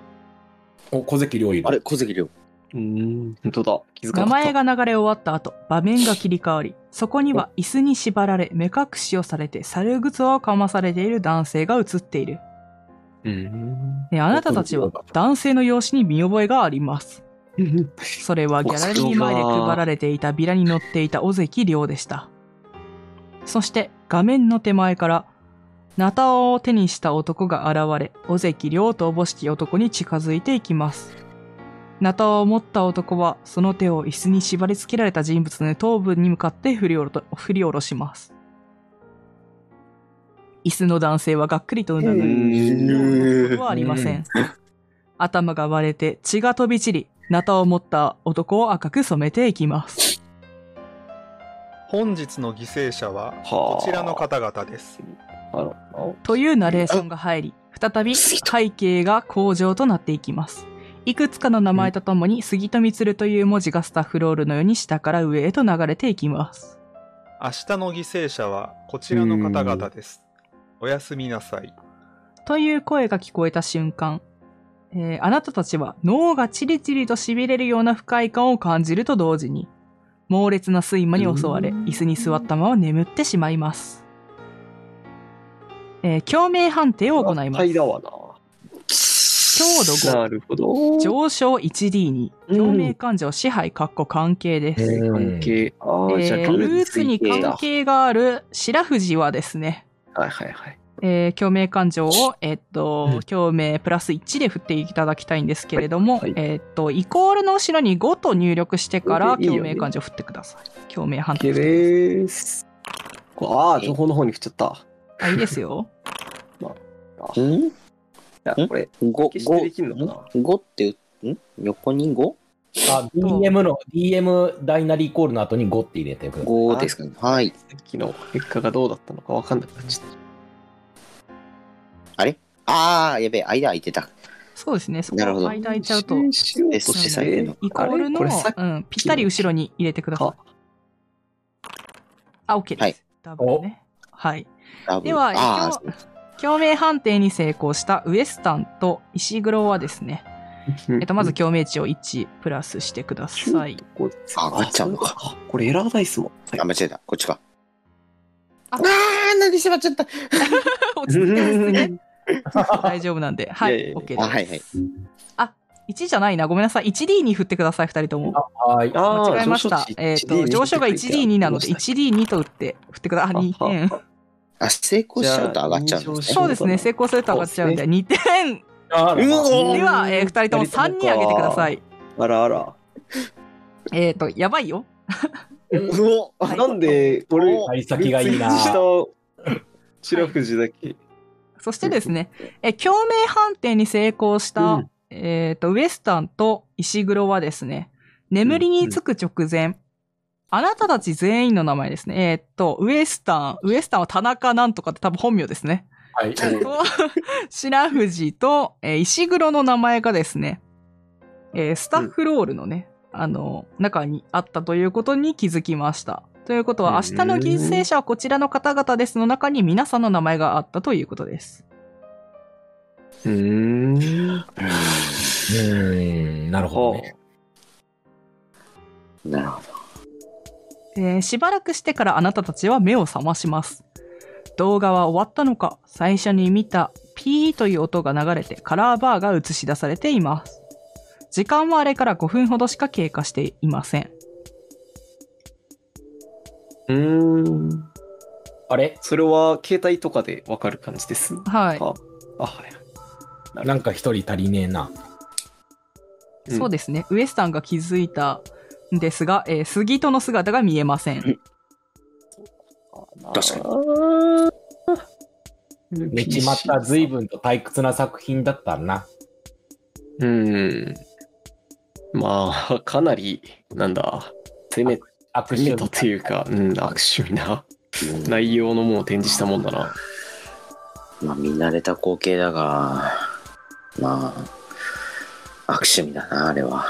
Speaker 3: お小関良い
Speaker 4: あれ、小関亮。
Speaker 2: うーん、本当だ。気づ
Speaker 1: 名
Speaker 2: かなかった。
Speaker 1: 前が流れ終わった後、場面が切り替わり、そこには椅子に縛られ、目隠しをされて、猿靴をかまされている男性が映っている。
Speaker 2: うー ん。
Speaker 1: ねあなたたちは男性の容姿に見覚えがあります。それはギャラリー前で配られていたビラに乗っていた尾関亮でした。そして画面の手前から、ナタを手にした男が現れ、尾関亮とおぼしき男に近づいていきます。ナタを持った男は、その手を椅子に縛り付けられた人物の頭部に向かって振り下ろと振り下ろします。椅子の男性はがっくりとうな
Speaker 2: う
Speaker 1: ずい
Speaker 2: ーん
Speaker 1: ことはありません。頭が割れて血が飛び散り、ナタを持った男を赤く染めていきます。
Speaker 5: 本日の犠牲者は
Speaker 2: はあ
Speaker 5: こちらの方々です。
Speaker 2: あのあ
Speaker 1: というナレーションが入り、再び背景が工場となっていきます。いくつかの名前とともに、杉戸光という文字がスタッフロールのように下から上へと流れていきます。
Speaker 5: 明日の犠牲者はこちらの方々です。おやすみなさい。
Speaker 1: という声が聞こえた瞬間、えーあなたたちは脳がチリチリと痺れるような不快感を感じると同時に、猛烈な睡魔に襲われ、椅子に座ったまま眠ってしまいます。えー共鳴判定を行います。
Speaker 2: 肺だわ
Speaker 1: 強度
Speaker 2: な。
Speaker 1: 5、
Speaker 2: なるほど。
Speaker 1: 上昇 1D2、
Speaker 2: うん
Speaker 1: 共鳴感情支配括弧関係です。
Speaker 3: えー
Speaker 2: 関係。ああ、
Speaker 1: え
Speaker 2: じゃあ、
Speaker 1: ールーツに関係がある白藤はですね、
Speaker 2: はいはいはい。
Speaker 1: えー共鳴感情を、えっと、共鳴プラス1で振っていただきたいんですけれども、
Speaker 2: はいはい
Speaker 1: えっと、イコールの後ろに5と入力してから
Speaker 2: これでいい
Speaker 1: 共
Speaker 2: よね
Speaker 1: 鳴感情を振ってください。共鳴判定
Speaker 2: け
Speaker 1: してください
Speaker 2: れーす。こうああ、情報の方に振っちゃった。
Speaker 1: あ、いいですよ。
Speaker 4: ん
Speaker 2: あ
Speaker 4: ん
Speaker 2: これ、
Speaker 4: ?5、
Speaker 2: 消してできんのか
Speaker 4: 5、5って言う、ん横に 5?5
Speaker 3: あ、DM の、DM ダイナリーコールの後に5って入れてください。
Speaker 4: ですかね。はい。
Speaker 2: さっきの結果がどうだったのかわかんなくなっちゃった。
Speaker 4: あー、やべえ、間空いてた。
Speaker 1: そうですね。そこ
Speaker 4: なるほど
Speaker 1: 間空いちゃうと、
Speaker 2: 一瞬しようと
Speaker 4: そして
Speaker 2: し
Speaker 4: されてんの
Speaker 2: て
Speaker 4: か、
Speaker 1: イコールの、
Speaker 2: あれこれさっ
Speaker 1: うん、ぴったり後ろに入れてくださ
Speaker 2: か
Speaker 1: い。。あ、OK です。
Speaker 4: はい
Speaker 1: ダブルね。はい。
Speaker 4: ラブ
Speaker 1: では
Speaker 4: あ
Speaker 1: 一共鳴判定に成功したウエスタンと石黒はですね、えっと、まず
Speaker 2: うん、
Speaker 1: 共鳴値を1プララスしてください。
Speaker 2: こうです
Speaker 4: あ上がっちゃうのか。
Speaker 2: そういうことこれエラーダイスも。
Speaker 4: ー、あ、間違えた。こっちか。
Speaker 1: あ
Speaker 4: あー、なんでしまっちゃった。
Speaker 1: 落ち着いてですね。 大丈夫なんで。はい
Speaker 2: やいやい。や
Speaker 1: OK です。
Speaker 4: あ、はいはい。
Speaker 1: 1じゃないな。ごめんなさい。1D に振ってください、2人とも。
Speaker 3: はい。
Speaker 2: あー
Speaker 1: 間違えました。えっ、と、上昇が 1D2 なので、。1D2 と打って振ってください。あ、2点。
Speaker 4: あ、成功しちゃうと上がっちゃうんです
Speaker 2: じゃ
Speaker 4: ね。
Speaker 1: そうですね。成功すると上がっちゃうんで、2点。
Speaker 3: あらまあ
Speaker 4: うおー
Speaker 1: では、えー、2人とも3に上げてください。
Speaker 2: あらあら。
Speaker 1: えっ、と、やばいよ。
Speaker 4: うお
Speaker 1: はい
Speaker 2: なんで、これ、
Speaker 3: 幸先がいいな。
Speaker 2: 下、白くじだけ。
Speaker 1: そしてですね、え、共鳴判定に成功した、
Speaker 2: うん
Speaker 1: えっ、と、ウエスタンと石黒はですね、眠りにつく直前、あなたたち全員の名前ですね。えっ、と、ウエスタン、ウエスタンは田中なんとかって多分本名ですね。
Speaker 3: はい。
Speaker 1: と、白藤と、えー石黒の名前がですね、えースタッフロールのね、あの、中にあったということに気づきました。ということは、明日の犠牲者はこちらの方々ですの中に皆さんの名前があったということです。
Speaker 2: うーん。
Speaker 3: うーん、なるほどね。
Speaker 4: なるほど。
Speaker 1: えーしばらくしてからあなたたちは目を覚まします。動画は終わったのか、最初に見たピーという音が流れてカラーバーが映し出されています。時間はあれから5分ほどしか経過していません。
Speaker 2: うーん。
Speaker 3: あれ
Speaker 2: それは携帯とかでわかる感じです。
Speaker 1: はい。
Speaker 2: あ、あはい。
Speaker 3: なんか一人足りねえ な。
Speaker 2: うん
Speaker 1: そうですね。ウエスタンが気づいたんですが、えー、杉戸の姿が見えません。
Speaker 6: 確かに
Speaker 2: に
Speaker 3: 寝ちまった随。分と退屈な作品だったな。
Speaker 2: うん。まあ、かなり、なんだ、攻め、
Speaker 3: 悪
Speaker 2: 攻め
Speaker 3: 手
Speaker 2: たというか、うん、悪趣味な内容のものを展示したもんだな。
Speaker 4: まあ、見慣れた光景だが、まあ、悪趣味だな、あれは。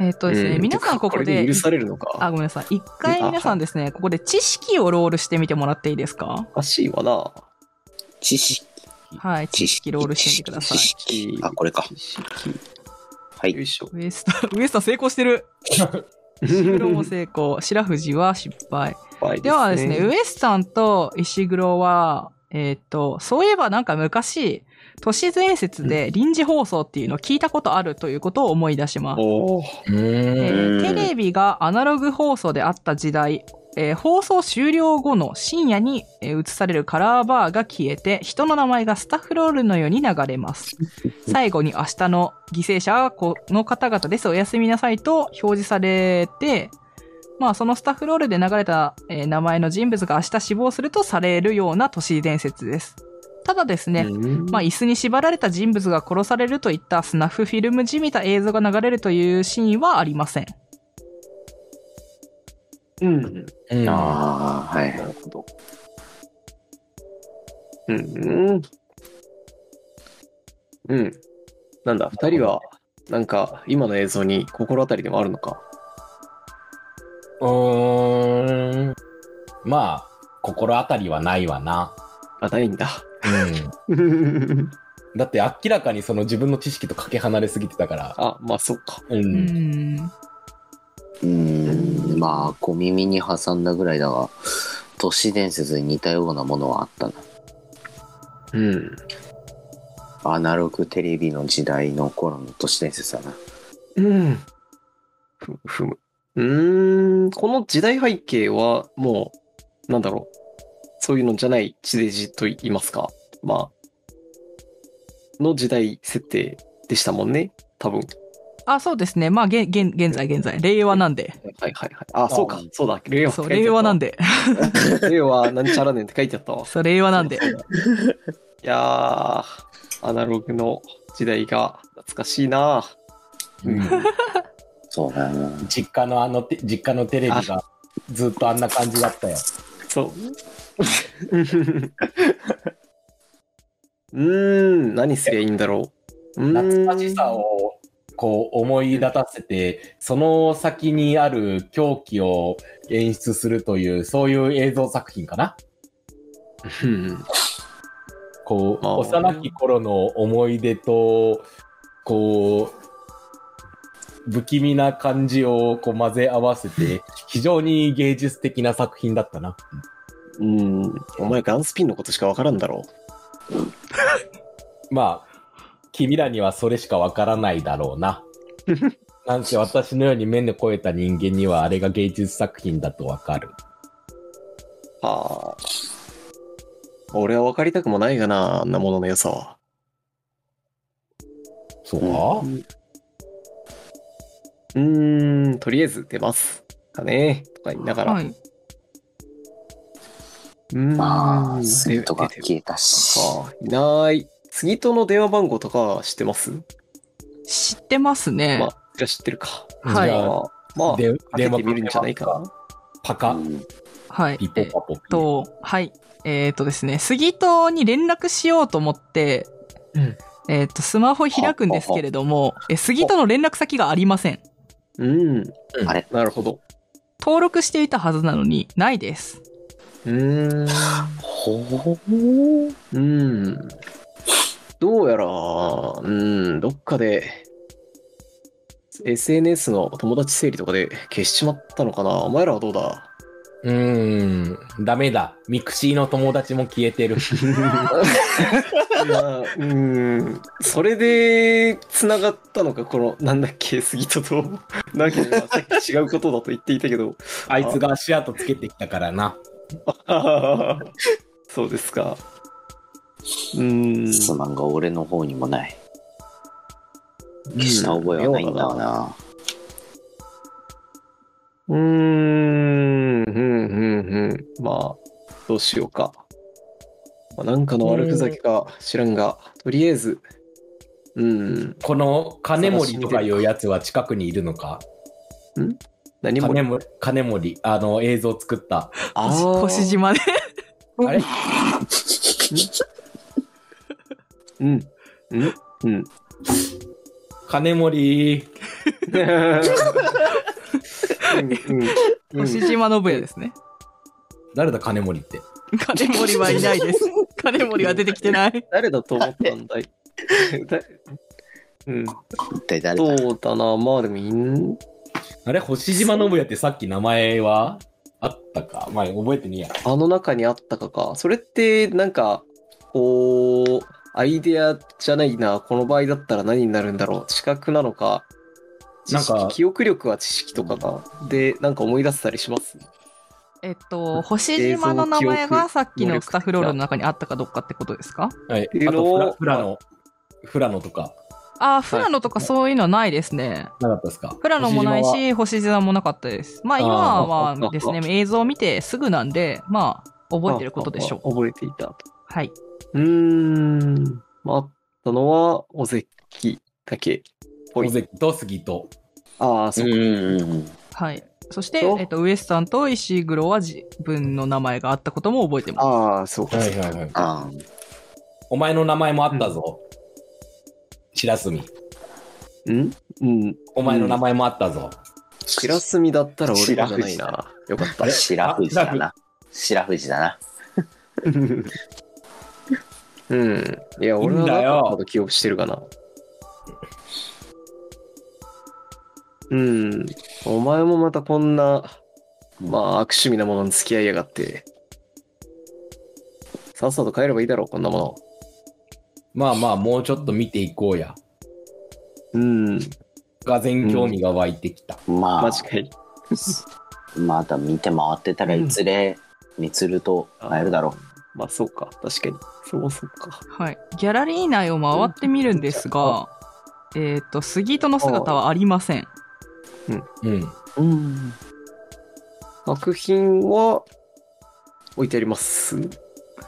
Speaker 1: えっ、とですね、
Speaker 2: うん
Speaker 1: 皆さんここ
Speaker 2: れ
Speaker 1: で
Speaker 2: 許、されるのか。
Speaker 1: あ、ごめんなさい。一回皆さんですね、ここで知識をロールしてみてもらっていいですか
Speaker 2: おかしいわな。
Speaker 4: 知識、
Speaker 1: はい、知識ロールしてみてください
Speaker 4: 知。識あ、これか。
Speaker 2: 知識
Speaker 4: はい
Speaker 2: よい。し ょ。
Speaker 1: ウエスタン、ウエスタン成功してる黒も成功。白藤は失敗。ではですね、ウエスタンと石黒は、えっ、と、そういえばなんか昔、都市伝説で臨時放送っていうのを聞いたことあるということを思い出します。
Speaker 2: おお。
Speaker 3: うーん
Speaker 1: えー
Speaker 4: うん
Speaker 1: テレビがアナログ放送であった時代、えー放送終了後の深夜に、えー映されるカラーバーが消えて人の名前がスタッフロールのように流れ ます最後に明日の犠牲者はこの方々ですおやすみなさいと表示されてまあそのスタッフロールで流れた、えー名前の人物が明日死亡するとされるような都市伝説ですただですね、まあ、椅子に縛られた人物が殺されるといったスナフフィルムじみた映像が流れるというシーンはありません。
Speaker 2: うん。
Speaker 3: うん
Speaker 4: ああ、はい。
Speaker 2: なるほど。うん。うん。なんだ、二人は、なんか、今の映像に心当たりでもあるのか。
Speaker 3: うーん。まあ、心当たりはないわな。
Speaker 2: あ、ないん だ。
Speaker 3: うん。だって明らかにその自分の知識とかけ離れすぎてたから。
Speaker 2: あ、まあ、そっか。
Speaker 3: うん。
Speaker 1: うん。
Speaker 4: うーん、まあ、小耳に挟んだぐらいだが、都市伝説に似たようなものはあったな。
Speaker 2: うん。
Speaker 4: アナログテレビの時代の頃の都市伝説だな。
Speaker 2: うん。ふむ、ふむ。うーん、この時代背景は、もう、なんだろう。そういうのじゃない地デジと言いますか。まあ、の時代設定でしたもんね。多分。
Speaker 1: あ、そうですね。まあ、現、現、現在、現在。令和なんで。
Speaker 2: はいはいはい。あ、そうか。そうだ。令和って
Speaker 1: そう、
Speaker 2: 書いてあった。
Speaker 1: 令和なん で。
Speaker 2: 令和なんちゃらねんって書いてあったわ。
Speaker 1: そう、令和なん で。
Speaker 2: いやー、アナログの時代が懐かしいな。
Speaker 3: うん
Speaker 4: そうだな。
Speaker 3: 実家のあのテ、実家のテレビがずっとあんな感じだったよ。
Speaker 2: そう。うーん、何すりゃいいんだろう。うーん
Speaker 3: 懐かしさ。をこう思い立たせて、その先にある狂気を演出するという、そういう映像作品かな。
Speaker 2: うん
Speaker 3: こう、
Speaker 2: あー
Speaker 3: 幼き頃の思い出と、こう、不気味な感じをこう混ぜ合わせて、非常に芸術的な作品だったな。
Speaker 2: うん、お前ガンスピンのことしかわからんだろ
Speaker 3: まあ、君らにはそれしかわからないだろ うな。なんせ私のように目の超えた人間にはあれが芸術作品だとわかる。
Speaker 2: う。はあ。俺は分かりたくもないがな、あんなものの良さは。
Speaker 3: そうか、
Speaker 2: うーん、とりあえず出ます。かね。とか言いながら。
Speaker 1: は
Speaker 2: う
Speaker 1: い。
Speaker 2: ーん
Speaker 4: まあ、
Speaker 2: で
Speaker 4: スイートが
Speaker 2: 出て
Speaker 4: 消えたし。
Speaker 2: あいない。杉戸の電話番号とか知ってます、
Speaker 1: 知ってます
Speaker 2: ま
Speaker 1: ね
Speaker 2: あ。、それは知ってるか。
Speaker 1: はい
Speaker 3: じ
Speaker 2: ま
Speaker 3: ゃあ
Speaker 2: あ、まあ、
Speaker 3: で
Speaker 2: かけてみるんじゃないかな。
Speaker 3: パカ、
Speaker 4: うん
Speaker 1: はい。
Speaker 3: ピポ
Speaker 1: えっ
Speaker 3: パポピ。
Speaker 1: と、はい。えっとですね、杉戸に連絡しようと思って
Speaker 2: うん、
Speaker 1: えっと、スマホ開くんですけれども、え杉戸の連絡先がありません。
Speaker 2: うん。
Speaker 4: あれ
Speaker 2: なるほど。
Speaker 1: 登録していたはずなのに、ないです。
Speaker 2: うーん。
Speaker 4: ほう。
Speaker 2: うん。どうやら、うん、どっかで、SNS の友達整理とかで消しちまったのかな。お前らはどうだ
Speaker 3: うーん、ダメだ。ミクシーの友達も消えてる。
Speaker 2: まあ、 うん、それで繋がったのか、この、なんだっけ、杉戸と、なんかまあさっき違うことだと言っていたけど、
Speaker 3: あいつが足跡つけてきたからな。
Speaker 2: あー そうですか。うん。
Speaker 4: すまんが俺の方にもない。消した覚えはないんだわな。
Speaker 2: うーん、うん、うん、うん。まあ、どうしようか。まあ、なんかの悪ふざけか知らんが、とりあえず、うん、
Speaker 3: この金森とかいうやつは近くにいるのか
Speaker 2: 何も。
Speaker 3: 金森、金森、あの映像作った。
Speaker 2: あ
Speaker 1: 星
Speaker 2: ー
Speaker 1: 星島で。
Speaker 3: あれ
Speaker 2: うん、うん、 うん。
Speaker 3: 金森、
Speaker 2: うんうん
Speaker 1: 星島信也ですね。
Speaker 3: 誰だ金森って。
Speaker 1: 金森はいない です。金森は出てきてない。
Speaker 2: 誰だと思ったんだい だうん、
Speaker 4: 一体誰だ
Speaker 2: そうだな、まあでもいん、
Speaker 3: あれ星島信也ってさっき名前はあったかまあ覚えてねえや。
Speaker 2: あの中にあったかか。それって、なんか、こう、アイデアじゃないな、この場合だったら何になるんだろう。視覚なのか、知識
Speaker 3: なんか
Speaker 2: 記憶力は知識とかか。で、なんか思い出せたりします。
Speaker 1: えっ と、星島の名前がさっきのスタッフロールの中にあったかどうかってことですか
Speaker 3: はい、
Speaker 2: いう
Speaker 3: あ
Speaker 2: の
Speaker 3: と
Speaker 2: を
Speaker 3: フラフラノ、フラノとか、
Speaker 1: ああ、フラノとかそういうのはないですね。
Speaker 3: なかったですか
Speaker 1: フラノもない
Speaker 3: 星島は
Speaker 1: し、星島もなかったです。まあ今
Speaker 2: あ
Speaker 1: は
Speaker 2: ー
Speaker 1: ですね、映像を見てすぐなんで、まあ覚えてることでしょ
Speaker 2: ああ
Speaker 1: う。
Speaker 2: 覚えていた。
Speaker 1: はい。
Speaker 2: うーん、まああったのは、おぜきだけ。
Speaker 3: 小関と杉と。
Speaker 2: ああ、
Speaker 4: う
Speaker 2: そ
Speaker 4: ん
Speaker 2: うか。
Speaker 4: うん
Speaker 1: はい。そして、
Speaker 2: そう
Speaker 1: えっと、ウエスタンと石黒は自分の名前があったことも覚えてます。
Speaker 2: ああ、そうか。そうか
Speaker 3: はいはい。
Speaker 4: あ
Speaker 3: お前の名前もあったぞ。白澄。
Speaker 2: うんうん。
Speaker 3: お前の名前もあったぞ。
Speaker 2: 白隅だったら俺らじゃないな。よかっ
Speaker 4: あ。
Speaker 2: た。
Speaker 4: 白富士だな。白富士だな。
Speaker 2: うん。いや、俺
Speaker 3: いいん
Speaker 2: は
Speaker 3: だよ
Speaker 2: なこと記憶してるかな。うん。お前もまたこんな、まあ、悪趣味なものに付き合いやがって。さっさと帰ればいいだろう、こんなもの。
Speaker 3: まあまあ、もうちょっと見ていこうや。
Speaker 2: うん。
Speaker 3: が全興味が湧いてきた。
Speaker 4: ま
Speaker 2: マ
Speaker 4: あ、
Speaker 2: ジかい。
Speaker 4: まだ見て回ってたらいずれ、みつると会えるだろ
Speaker 2: まあ、そうか。確かに。そうそうか。
Speaker 1: はい。ギャラリー内を回ってみるんですが、えっと、杉戸の姿はありません。
Speaker 3: うん。
Speaker 4: う。うん。
Speaker 2: 作品は、置いてあります。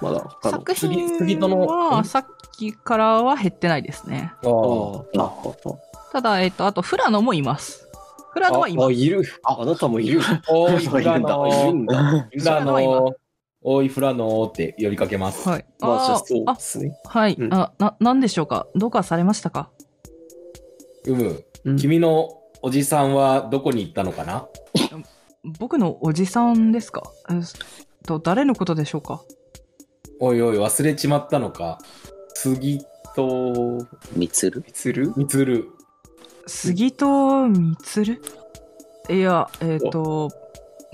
Speaker 2: まだ、他の。
Speaker 1: 作
Speaker 3: 杉杉
Speaker 1: 品
Speaker 3: 戸の
Speaker 1: は
Speaker 3: ん
Speaker 1: さっきからは減ってないですね。
Speaker 3: ああ。
Speaker 2: ああ、なるほど。
Speaker 1: ただ、えっと、あと、フラノもいます。フラノはいます。
Speaker 2: あ、いる。あなたもいる。
Speaker 3: おい、
Speaker 2: い
Speaker 3: フ
Speaker 2: る
Speaker 3: ラ
Speaker 2: んだ。いる
Speaker 3: ノ
Speaker 2: んだ。
Speaker 3: フラノおい、フラノって呼びかけます。
Speaker 1: はい。
Speaker 2: まあ、じゃあ
Speaker 1: あ
Speaker 2: そう
Speaker 1: ー、
Speaker 2: で
Speaker 1: あ、
Speaker 2: すね。
Speaker 1: はい。
Speaker 2: うん
Speaker 1: あ、な、なんでしょうかどうかされましたか
Speaker 3: うむ。
Speaker 2: うん
Speaker 3: 君のおじさんはどこに行ったのかな
Speaker 1: 僕のおじさんですかえっと、誰のことでしょうか
Speaker 3: おいおい、忘れちまったのか。杉と、
Speaker 4: みつる
Speaker 2: みつる
Speaker 3: みつる。
Speaker 1: 杉戸充いや、えっ、と、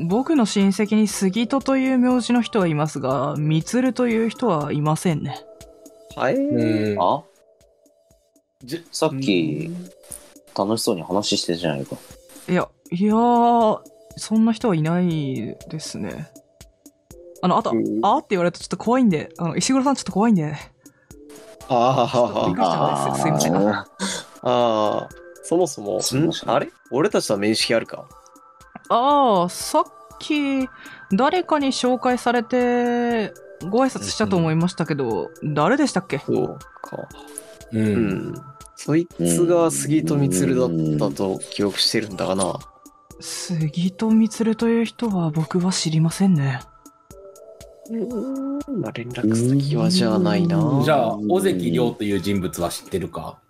Speaker 1: 僕の親戚に杉戸という名字の人はいますが、充という人はいませんね。
Speaker 2: はい。
Speaker 3: うん。
Speaker 4: あ
Speaker 3: じゅ
Speaker 4: さっき、楽しそうに話してたじゃないか。
Speaker 1: いや、いやー、そんな人はいないですね。あの、あと、
Speaker 2: うん
Speaker 1: あーって言われるとちょっと怖いんで、あの、石黒さんちょっと怖いんで、
Speaker 2: ああ
Speaker 1: ちょっとびっくりし
Speaker 2: あ
Speaker 1: たのです。すいません。あ
Speaker 4: あ
Speaker 2: ああ、そもそも、ん
Speaker 4: そうそう
Speaker 2: あれ俺たちとは面識あるか
Speaker 1: あー、さっき、誰かに紹介されて、ご挨拶したと思いましたけど、誰でしたっけ
Speaker 2: そうか。
Speaker 3: う。
Speaker 2: うんん。そいつが杉戸光だったと記憶してるんだがな。
Speaker 1: 杉戸充という人は僕は知りませんね。
Speaker 2: うん。まあ連絡先はじゃあないな。
Speaker 3: じゃあ、尾関亮という人物は知ってるか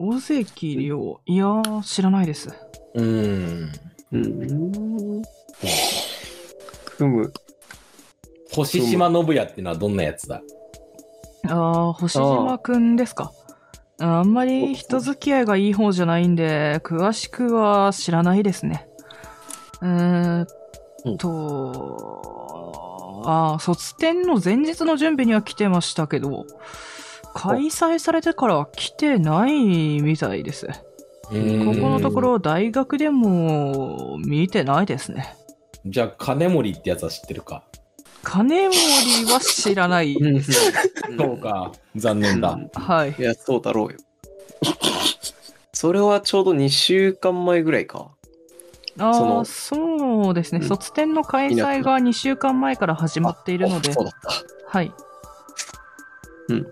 Speaker 1: 尾関亮、いやー、知らないです。
Speaker 3: うん。
Speaker 2: うん。ふむ。
Speaker 3: 星島信也ってのはどんなやつだ
Speaker 1: あー、星島くんですか。あんまり人付き合いがいい方じゃないんで、詳しくは知らないですね。うーんと、ああ、卒展の前日の準備には来てましたけど、開催されてからは来てないみたいです。こ
Speaker 3: ここ
Speaker 1: このとこ。ろ大学でも見てないですね。
Speaker 3: じゃあ、金森ってやつは知ってるか。
Speaker 1: 金森は知らない。
Speaker 3: そうか。残念だ。
Speaker 1: はい
Speaker 2: い。や、そうだろうよ。それはちょうど2週間前ぐらいか。そ
Speaker 1: ああ、
Speaker 2: の
Speaker 1: そうですね。
Speaker 2: うん
Speaker 1: 卒展の開催が2週間前から始まっているので
Speaker 2: あ、そうだった。
Speaker 1: はい。
Speaker 2: うん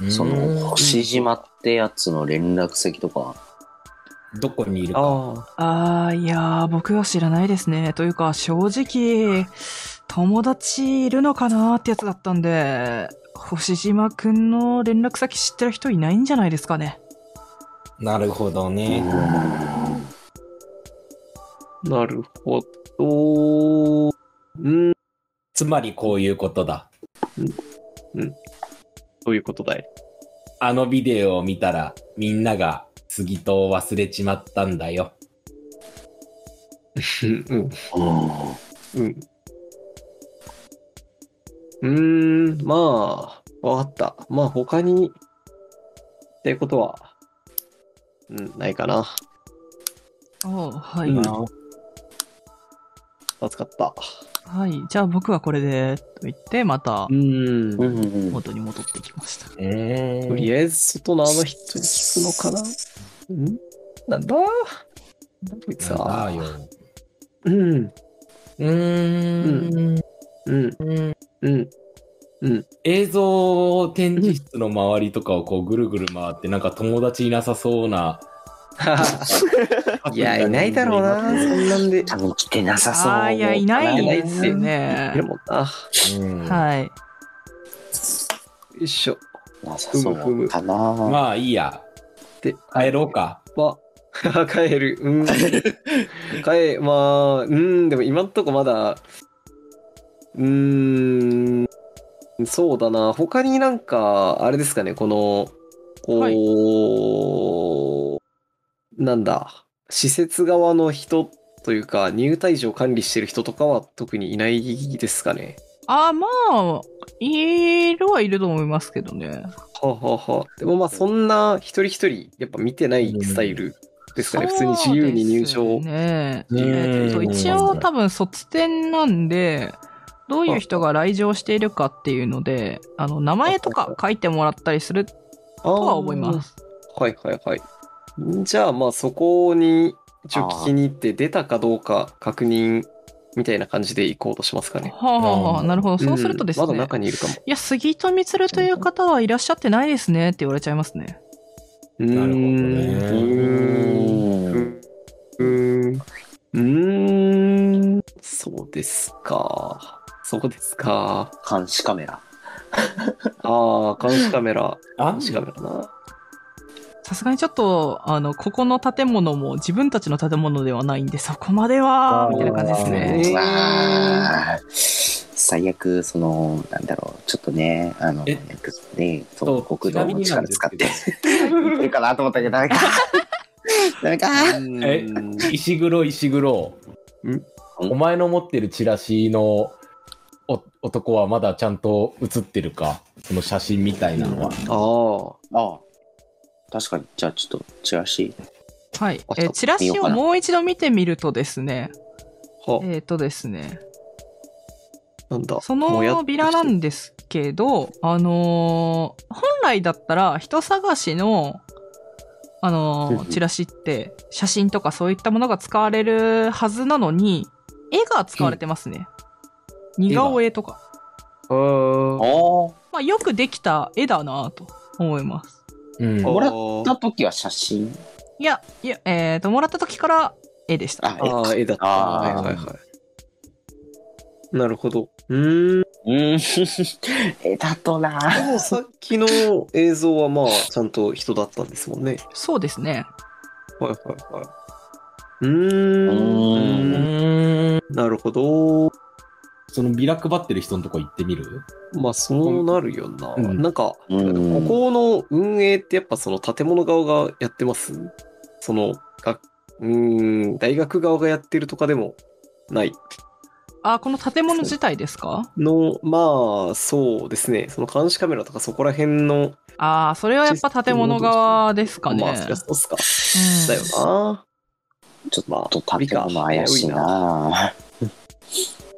Speaker 2: うん。
Speaker 4: その、
Speaker 3: う
Speaker 4: 星島ってやつの連絡先とか、
Speaker 3: んどこにいるか。
Speaker 2: ああ、
Speaker 1: ああ、いやー、僕は知らないですね。というか、正直、友達いるのかなーってやつだったんで、星島くんの連絡先知ってる人いないんじゃないですかね。
Speaker 3: なるほどね。
Speaker 2: なるほど。うん、ど
Speaker 3: つまりこういうことだ。
Speaker 2: ういうことだい。
Speaker 3: あのビデオを見たら、みんなが杉戸を忘れちまったんだよ。
Speaker 2: うん、うん。うーん、まあ、わかった。まあ、他に、ってことは、うん、ないかな。
Speaker 1: おはい、
Speaker 2: うん助かった。
Speaker 1: はい。じゃあ僕はこれで、と言って、また
Speaker 2: う、ん。
Speaker 4: うんうんうん
Speaker 1: 元に戻ってきました。
Speaker 3: うーん
Speaker 2: とりあえず、外のあの人に聞くのかな。うんなんだなんだこいつ
Speaker 3: さあ
Speaker 2: は。
Speaker 3: よ。
Speaker 2: うん、
Speaker 3: うーん。
Speaker 2: うん、うん、うん。
Speaker 3: 映像展示室の周りとかをこうぐるぐる回って、なんか友達いなさそうな。
Speaker 2: いや、いないだろうな、そんなんで。
Speaker 4: 多分来てなさそう。
Speaker 1: ああ、いや、いない
Speaker 2: い
Speaker 1: ですね
Speaker 2: いる。もんな。
Speaker 3: うん
Speaker 1: はい。
Speaker 2: よいしょ。
Speaker 4: なさそうかな。
Speaker 3: まあいいや。
Speaker 2: で、
Speaker 3: 帰ろうか。
Speaker 2: まあ、 帰る。 うん。帰、まあ、うん、でも今んとこまだ、うーん、そうだな。他になんか、あれですかね、この、こう、なんだ、施設側の人というか、入退場管理してる人とかは特にいないですかね。
Speaker 1: あー、まあ、いるはいると思いますけどね。
Speaker 2: はあはあはあでもまあ、そんな一人一人、やっぱ見てないスタイルですかね。普通に自由に入
Speaker 1: そうです。
Speaker 2: 場
Speaker 1: ね
Speaker 3: うん
Speaker 1: えっと一応多分卒展なんで、どういう人が来場しているかっていうので、あの、名前とか書いてもらったりすると
Speaker 2: と
Speaker 1: は思います。
Speaker 2: はいはいはい。じゃあまあそこに一応聞きに行って出たかどうか確認みたいな感じで行こうとしますかね。
Speaker 1: はあ、はあはあ、
Speaker 3: うん
Speaker 1: なるほど。そうするとですね、
Speaker 2: んまだ中にいるかも。
Speaker 1: いや、杉戸光という方はいらっしゃってないですねって言われちゃいますね。
Speaker 2: な
Speaker 3: るほどね
Speaker 2: うーん。うーん。そうですか。そうですか。
Speaker 4: 監視カメラ。
Speaker 2: ああ、監視カメラ。
Speaker 3: あ
Speaker 2: 監視カメラな。
Speaker 1: さすがにちょっと、あの、ここの建物も自分たちの建物ではないんで、そこまでは、みたいな感じですね。
Speaker 2: えー
Speaker 4: うわー最悪、その、なんだろう、ちょっとね、あの、
Speaker 3: え
Speaker 4: なんかね、その
Speaker 3: そう
Speaker 4: 国道の力使って、いけるかなと思ったけど、ダメか。ダメか。
Speaker 3: え石黒石黒
Speaker 2: ん
Speaker 3: お前の持ってるチラシのお男はまだちゃんと写ってるかその写真みたいなのは、
Speaker 2: あ
Speaker 4: ああ。確かに、じゃあちょっと、チラシ。
Speaker 1: はい
Speaker 2: あ。
Speaker 1: えーチラシをもう一度見てみるとですね、
Speaker 2: あ。は、
Speaker 1: えっ、とですね、
Speaker 2: なんだ。
Speaker 1: そのビラなん
Speaker 2: だ。
Speaker 1: ですけど、あのー本来だったら人探しの、あ
Speaker 2: うん
Speaker 1: の
Speaker 2: うん
Speaker 1: ーチラシって写真とかそういったものが使われるはずなのに、絵が使われてますね。似顔絵とか。
Speaker 2: あ
Speaker 4: あ
Speaker 2: ー
Speaker 4: あ。
Speaker 1: まあ、よくできた絵だなと思います。
Speaker 3: うん
Speaker 2: あー。
Speaker 4: もらった時は写真
Speaker 1: いや、いや、えっ、と、もらった時から絵でした。
Speaker 4: あ、え
Speaker 2: ああ、絵だった。は
Speaker 4: あ
Speaker 2: い
Speaker 4: ー
Speaker 2: はいはい。なるほど。うーん。
Speaker 4: うん。え、だとな。
Speaker 2: でもさっきの映像はまあ、ちゃんと人だったんですもんね。
Speaker 1: そうですね。
Speaker 2: はいはいはい。うー。
Speaker 3: うんーん
Speaker 2: なるほど。
Speaker 3: そのビラ配ってる人のとこ行ってみる
Speaker 2: まあ、そうなるよな。
Speaker 3: うん
Speaker 2: なんか、
Speaker 4: う
Speaker 2: こ
Speaker 4: ん。
Speaker 2: この運営ってやっぱその建物側がやってますその、がうーん、大学側がやってるとかでもない
Speaker 1: あ、この建物自体ですか
Speaker 2: の、まあ、そうですね。その監視カメラとかそこら辺の、
Speaker 1: ああ、それはやっぱ建物側ですかね。
Speaker 2: まあ、そりゃそうっすか。
Speaker 1: うん
Speaker 2: だよな。
Speaker 4: ちょっと建物怪しいな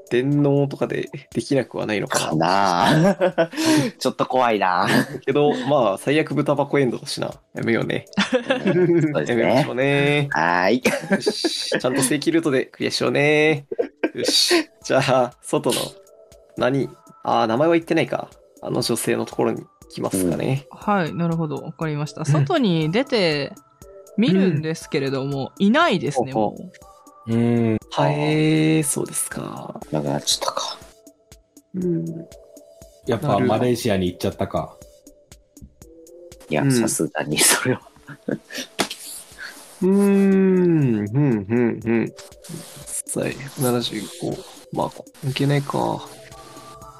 Speaker 2: 電脳とかでできなくはないのか
Speaker 4: か
Speaker 2: な。
Speaker 4: なぁ ちょっと怖いなぁ
Speaker 2: けど、まあ、最悪豚箱エンドだしな。やめようね。
Speaker 4: そうですね
Speaker 2: やめましょうね。
Speaker 4: はーい。
Speaker 2: よし。ちゃんと正規ルートでクリアしようね。よし。じゃあ、外の、何ああ、名前は言ってないか。あの女性のところに来ますかね。
Speaker 1: はい、なるほど。わかりました。外に出て見るんですけれども、いないですね、
Speaker 2: ほう
Speaker 1: もう。
Speaker 3: うん。
Speaker 2: はえー、そうですか。
Speaker 4: なくなっちゃったか。
Speaker 2: うん。
Speaker 3: やっぱマレーシアに行っちゃったか。
Speaker 4: いや
Speaker 2: う、ん
Speaker 4: さすがにそれは。
Speaker 2: うーん、うん、うん、うん。歳75。まあ、いけないか。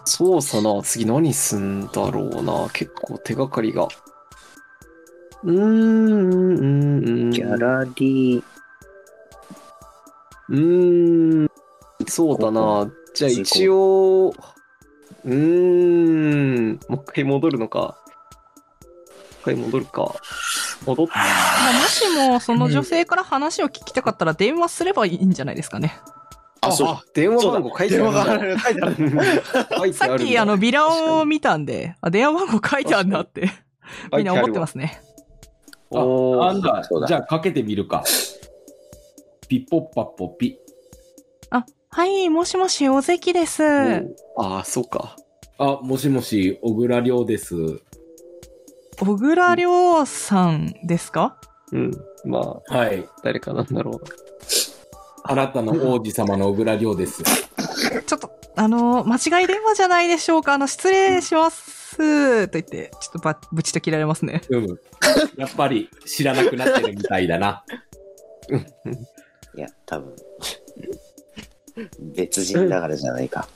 Speaker 2: そうさな、次何すんだろうな。結構手がかりが。うーん、うん、うん。
Speaker 4: ギャラリー、
Speaker 2: うーん、そうだな。じゃあ一応、うーん、もう一回戻るのか。もう一回戻るか。戻っ
Speaker 1: まあもしも、その女性から話を聞きたかったら、電話すればいいんじゃないですかね。
Speaker 4: あ、そう
Speaker 2: あ、電話番 号書いてあるんだ。
Speaker 4: る。書いてある。
Speaker 2: 書いて
Speaker 1: さ
Speaker 2: あ
Speaker 1: っ
Speaker 2: るん
Speaker 1: き、
Speaker 2: だ
Speaker 1: あの、ビラを見たんで、あ、電話番号書いてあるなって、みんな思ってますね。
Speaker 2: 書いてあるわお
Speaker 3: あ
Speaker 2: ー
Speaker 3: んだ
Speaker 4: そうだ
Speaker 3: じゃあかけてみるか。ピッポッパッポピ。
Speaker 1: はい、もしもし、お関です。
Speaker 2: あー、そうか。
Speaker 3: あ、もしもし、小倉亮です。
Speaker 1: 小倉亮さんですか
Speaker 2: うん。まあ、
Speaker 3: はい。
Speaker 2: 誰かなんだろう。
Speaker 3: あなたの王子様の小倉亮です。
Speaker 1: ちょっと、あの、間違い電話じゃないでしょうか。あの、失礼します。と言って、ちょっとば、ぶちと切られますね。
Speaker 3: うん。やっぱり知らなくなってるみたいだな。
Speaker 4: いや、多分。別人だからじゃないか。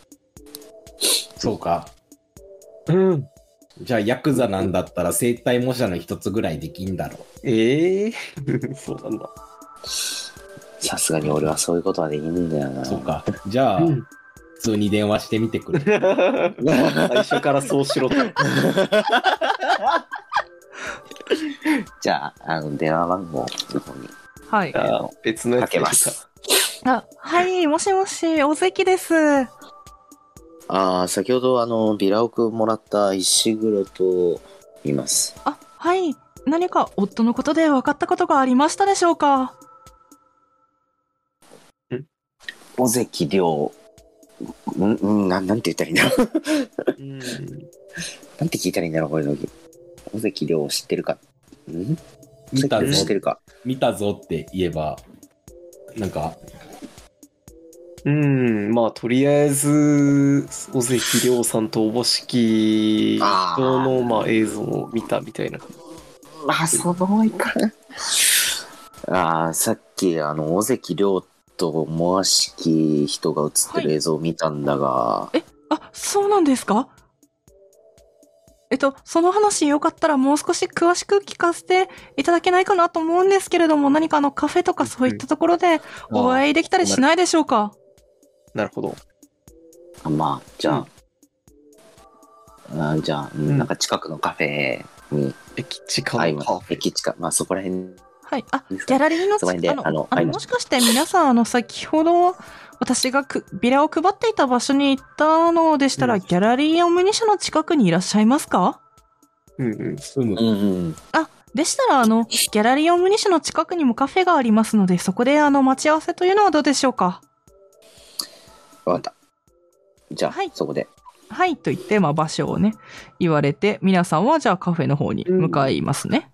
Speaker 3: そうか。
Speaker 2: うん。
Speaker 3: じゃあヤクザなんだったら生体模写の一つぐらいできんだろ
Speaker 2: ええー、 そうなんだ。
Speaker 4: さすがに俺はそういうことはできねえんだよな。
Speaker 3: う。そうか。じゃあ、
Speaker 2: うん
Speaker 3: 普通に電話してみてくれ。
Speaker 2: 最初からそうし ろと。
Speaker 4: じゃあ、あの、電話番号の方に。
Speaker 1: はい。
Speaker 2: あー別のやつでいい
Speaker 4: かけます
Speaker 1: あ、はい、もしもし、お関です。は
Speaker 4: ああ、先ほどあの、ビラオクもらった石黒と言います。
Speaker 1: い、何か夫のことで分かったことがありましたでしょうか
Speaker 4: 尾関亮。んんなん、なんて言ったらいいんだろう。
Speaker 2: うん。
Speaker 4: なんて聞いたらいいんだろう、こういう時。尾関亮を知ってるか。ん
Speaker 3: 見た
Speaker 4: 尾関 亮知
Speaker 3: ぞ
Speaker 4: っ、てるか。
Speaker 3: 見たぞって言えば、なんか、
Speaker 2: うん、まあとりあえず尾関亮さんとおぼしき人
Speaker 4: あ
Speaker 2: の
Speaker 4: ー
Speaker 2: まあ、映像を見たみたいな
Speaker 4: まあ、その方がいいかな。 ああ、さっき、あの、尾関亮と思わしき人が映ってる映像を見たんだが、
Speaker 1: あ、そうなんですかえっと、その話よかったらもう少し詳しく聞かせていただけないかなと思うんですけれども、何かあのカフェとかそういったところでお会いできたりしないでしょうか
Speaker 2: なるほど
Speaker 4: まあ、じゃあ、あーじゃあ、うん
Speaker 2: うん
Speaker 4: なんか近くのカフェに、
Speaker 2: 駅近
Speaker 4: あ、
Speaker 2: の
Speaker 4: 今
Speaker 2: カフ、ェ
Speaker 4: 駅近、まあそこら辺、
Speaker 1: はい。あ、ギャラリーの
Speaker 4: そこら辺で
Speaker 1: あの
Speaker 4: あの
Speaker 1: あ
Speaker 4: 会い
Speaker 1: の
Speaker 4: まし
Speaker 1: も
Speaker 4: ょ
Speaker 1: しか
Speaker 4: う
Speaker 1: して皆さん、あの、先ほど、私がくビラを配っていた場所に行ったのでしたら、ギャラリーオムニシャの近くにいらっしゃいますか
Speaker 2: うんうん
Speaker 3: うむ
Speaker 4: う。んうん、
Speaker 1: でしたら、あの、ギャラリーオムニシャの近くにもカフェがありますので、そこで、あの、待ち合わせというのはどうでしょうか
Speaker 4: わかった。じゃあ、
Speaker 1: はい
Speaker 4: そこで。
Speaker 1: はい、と言って、まあ、場所をね、言われて、皆さんは、じゃあカフェの方に向かいますね。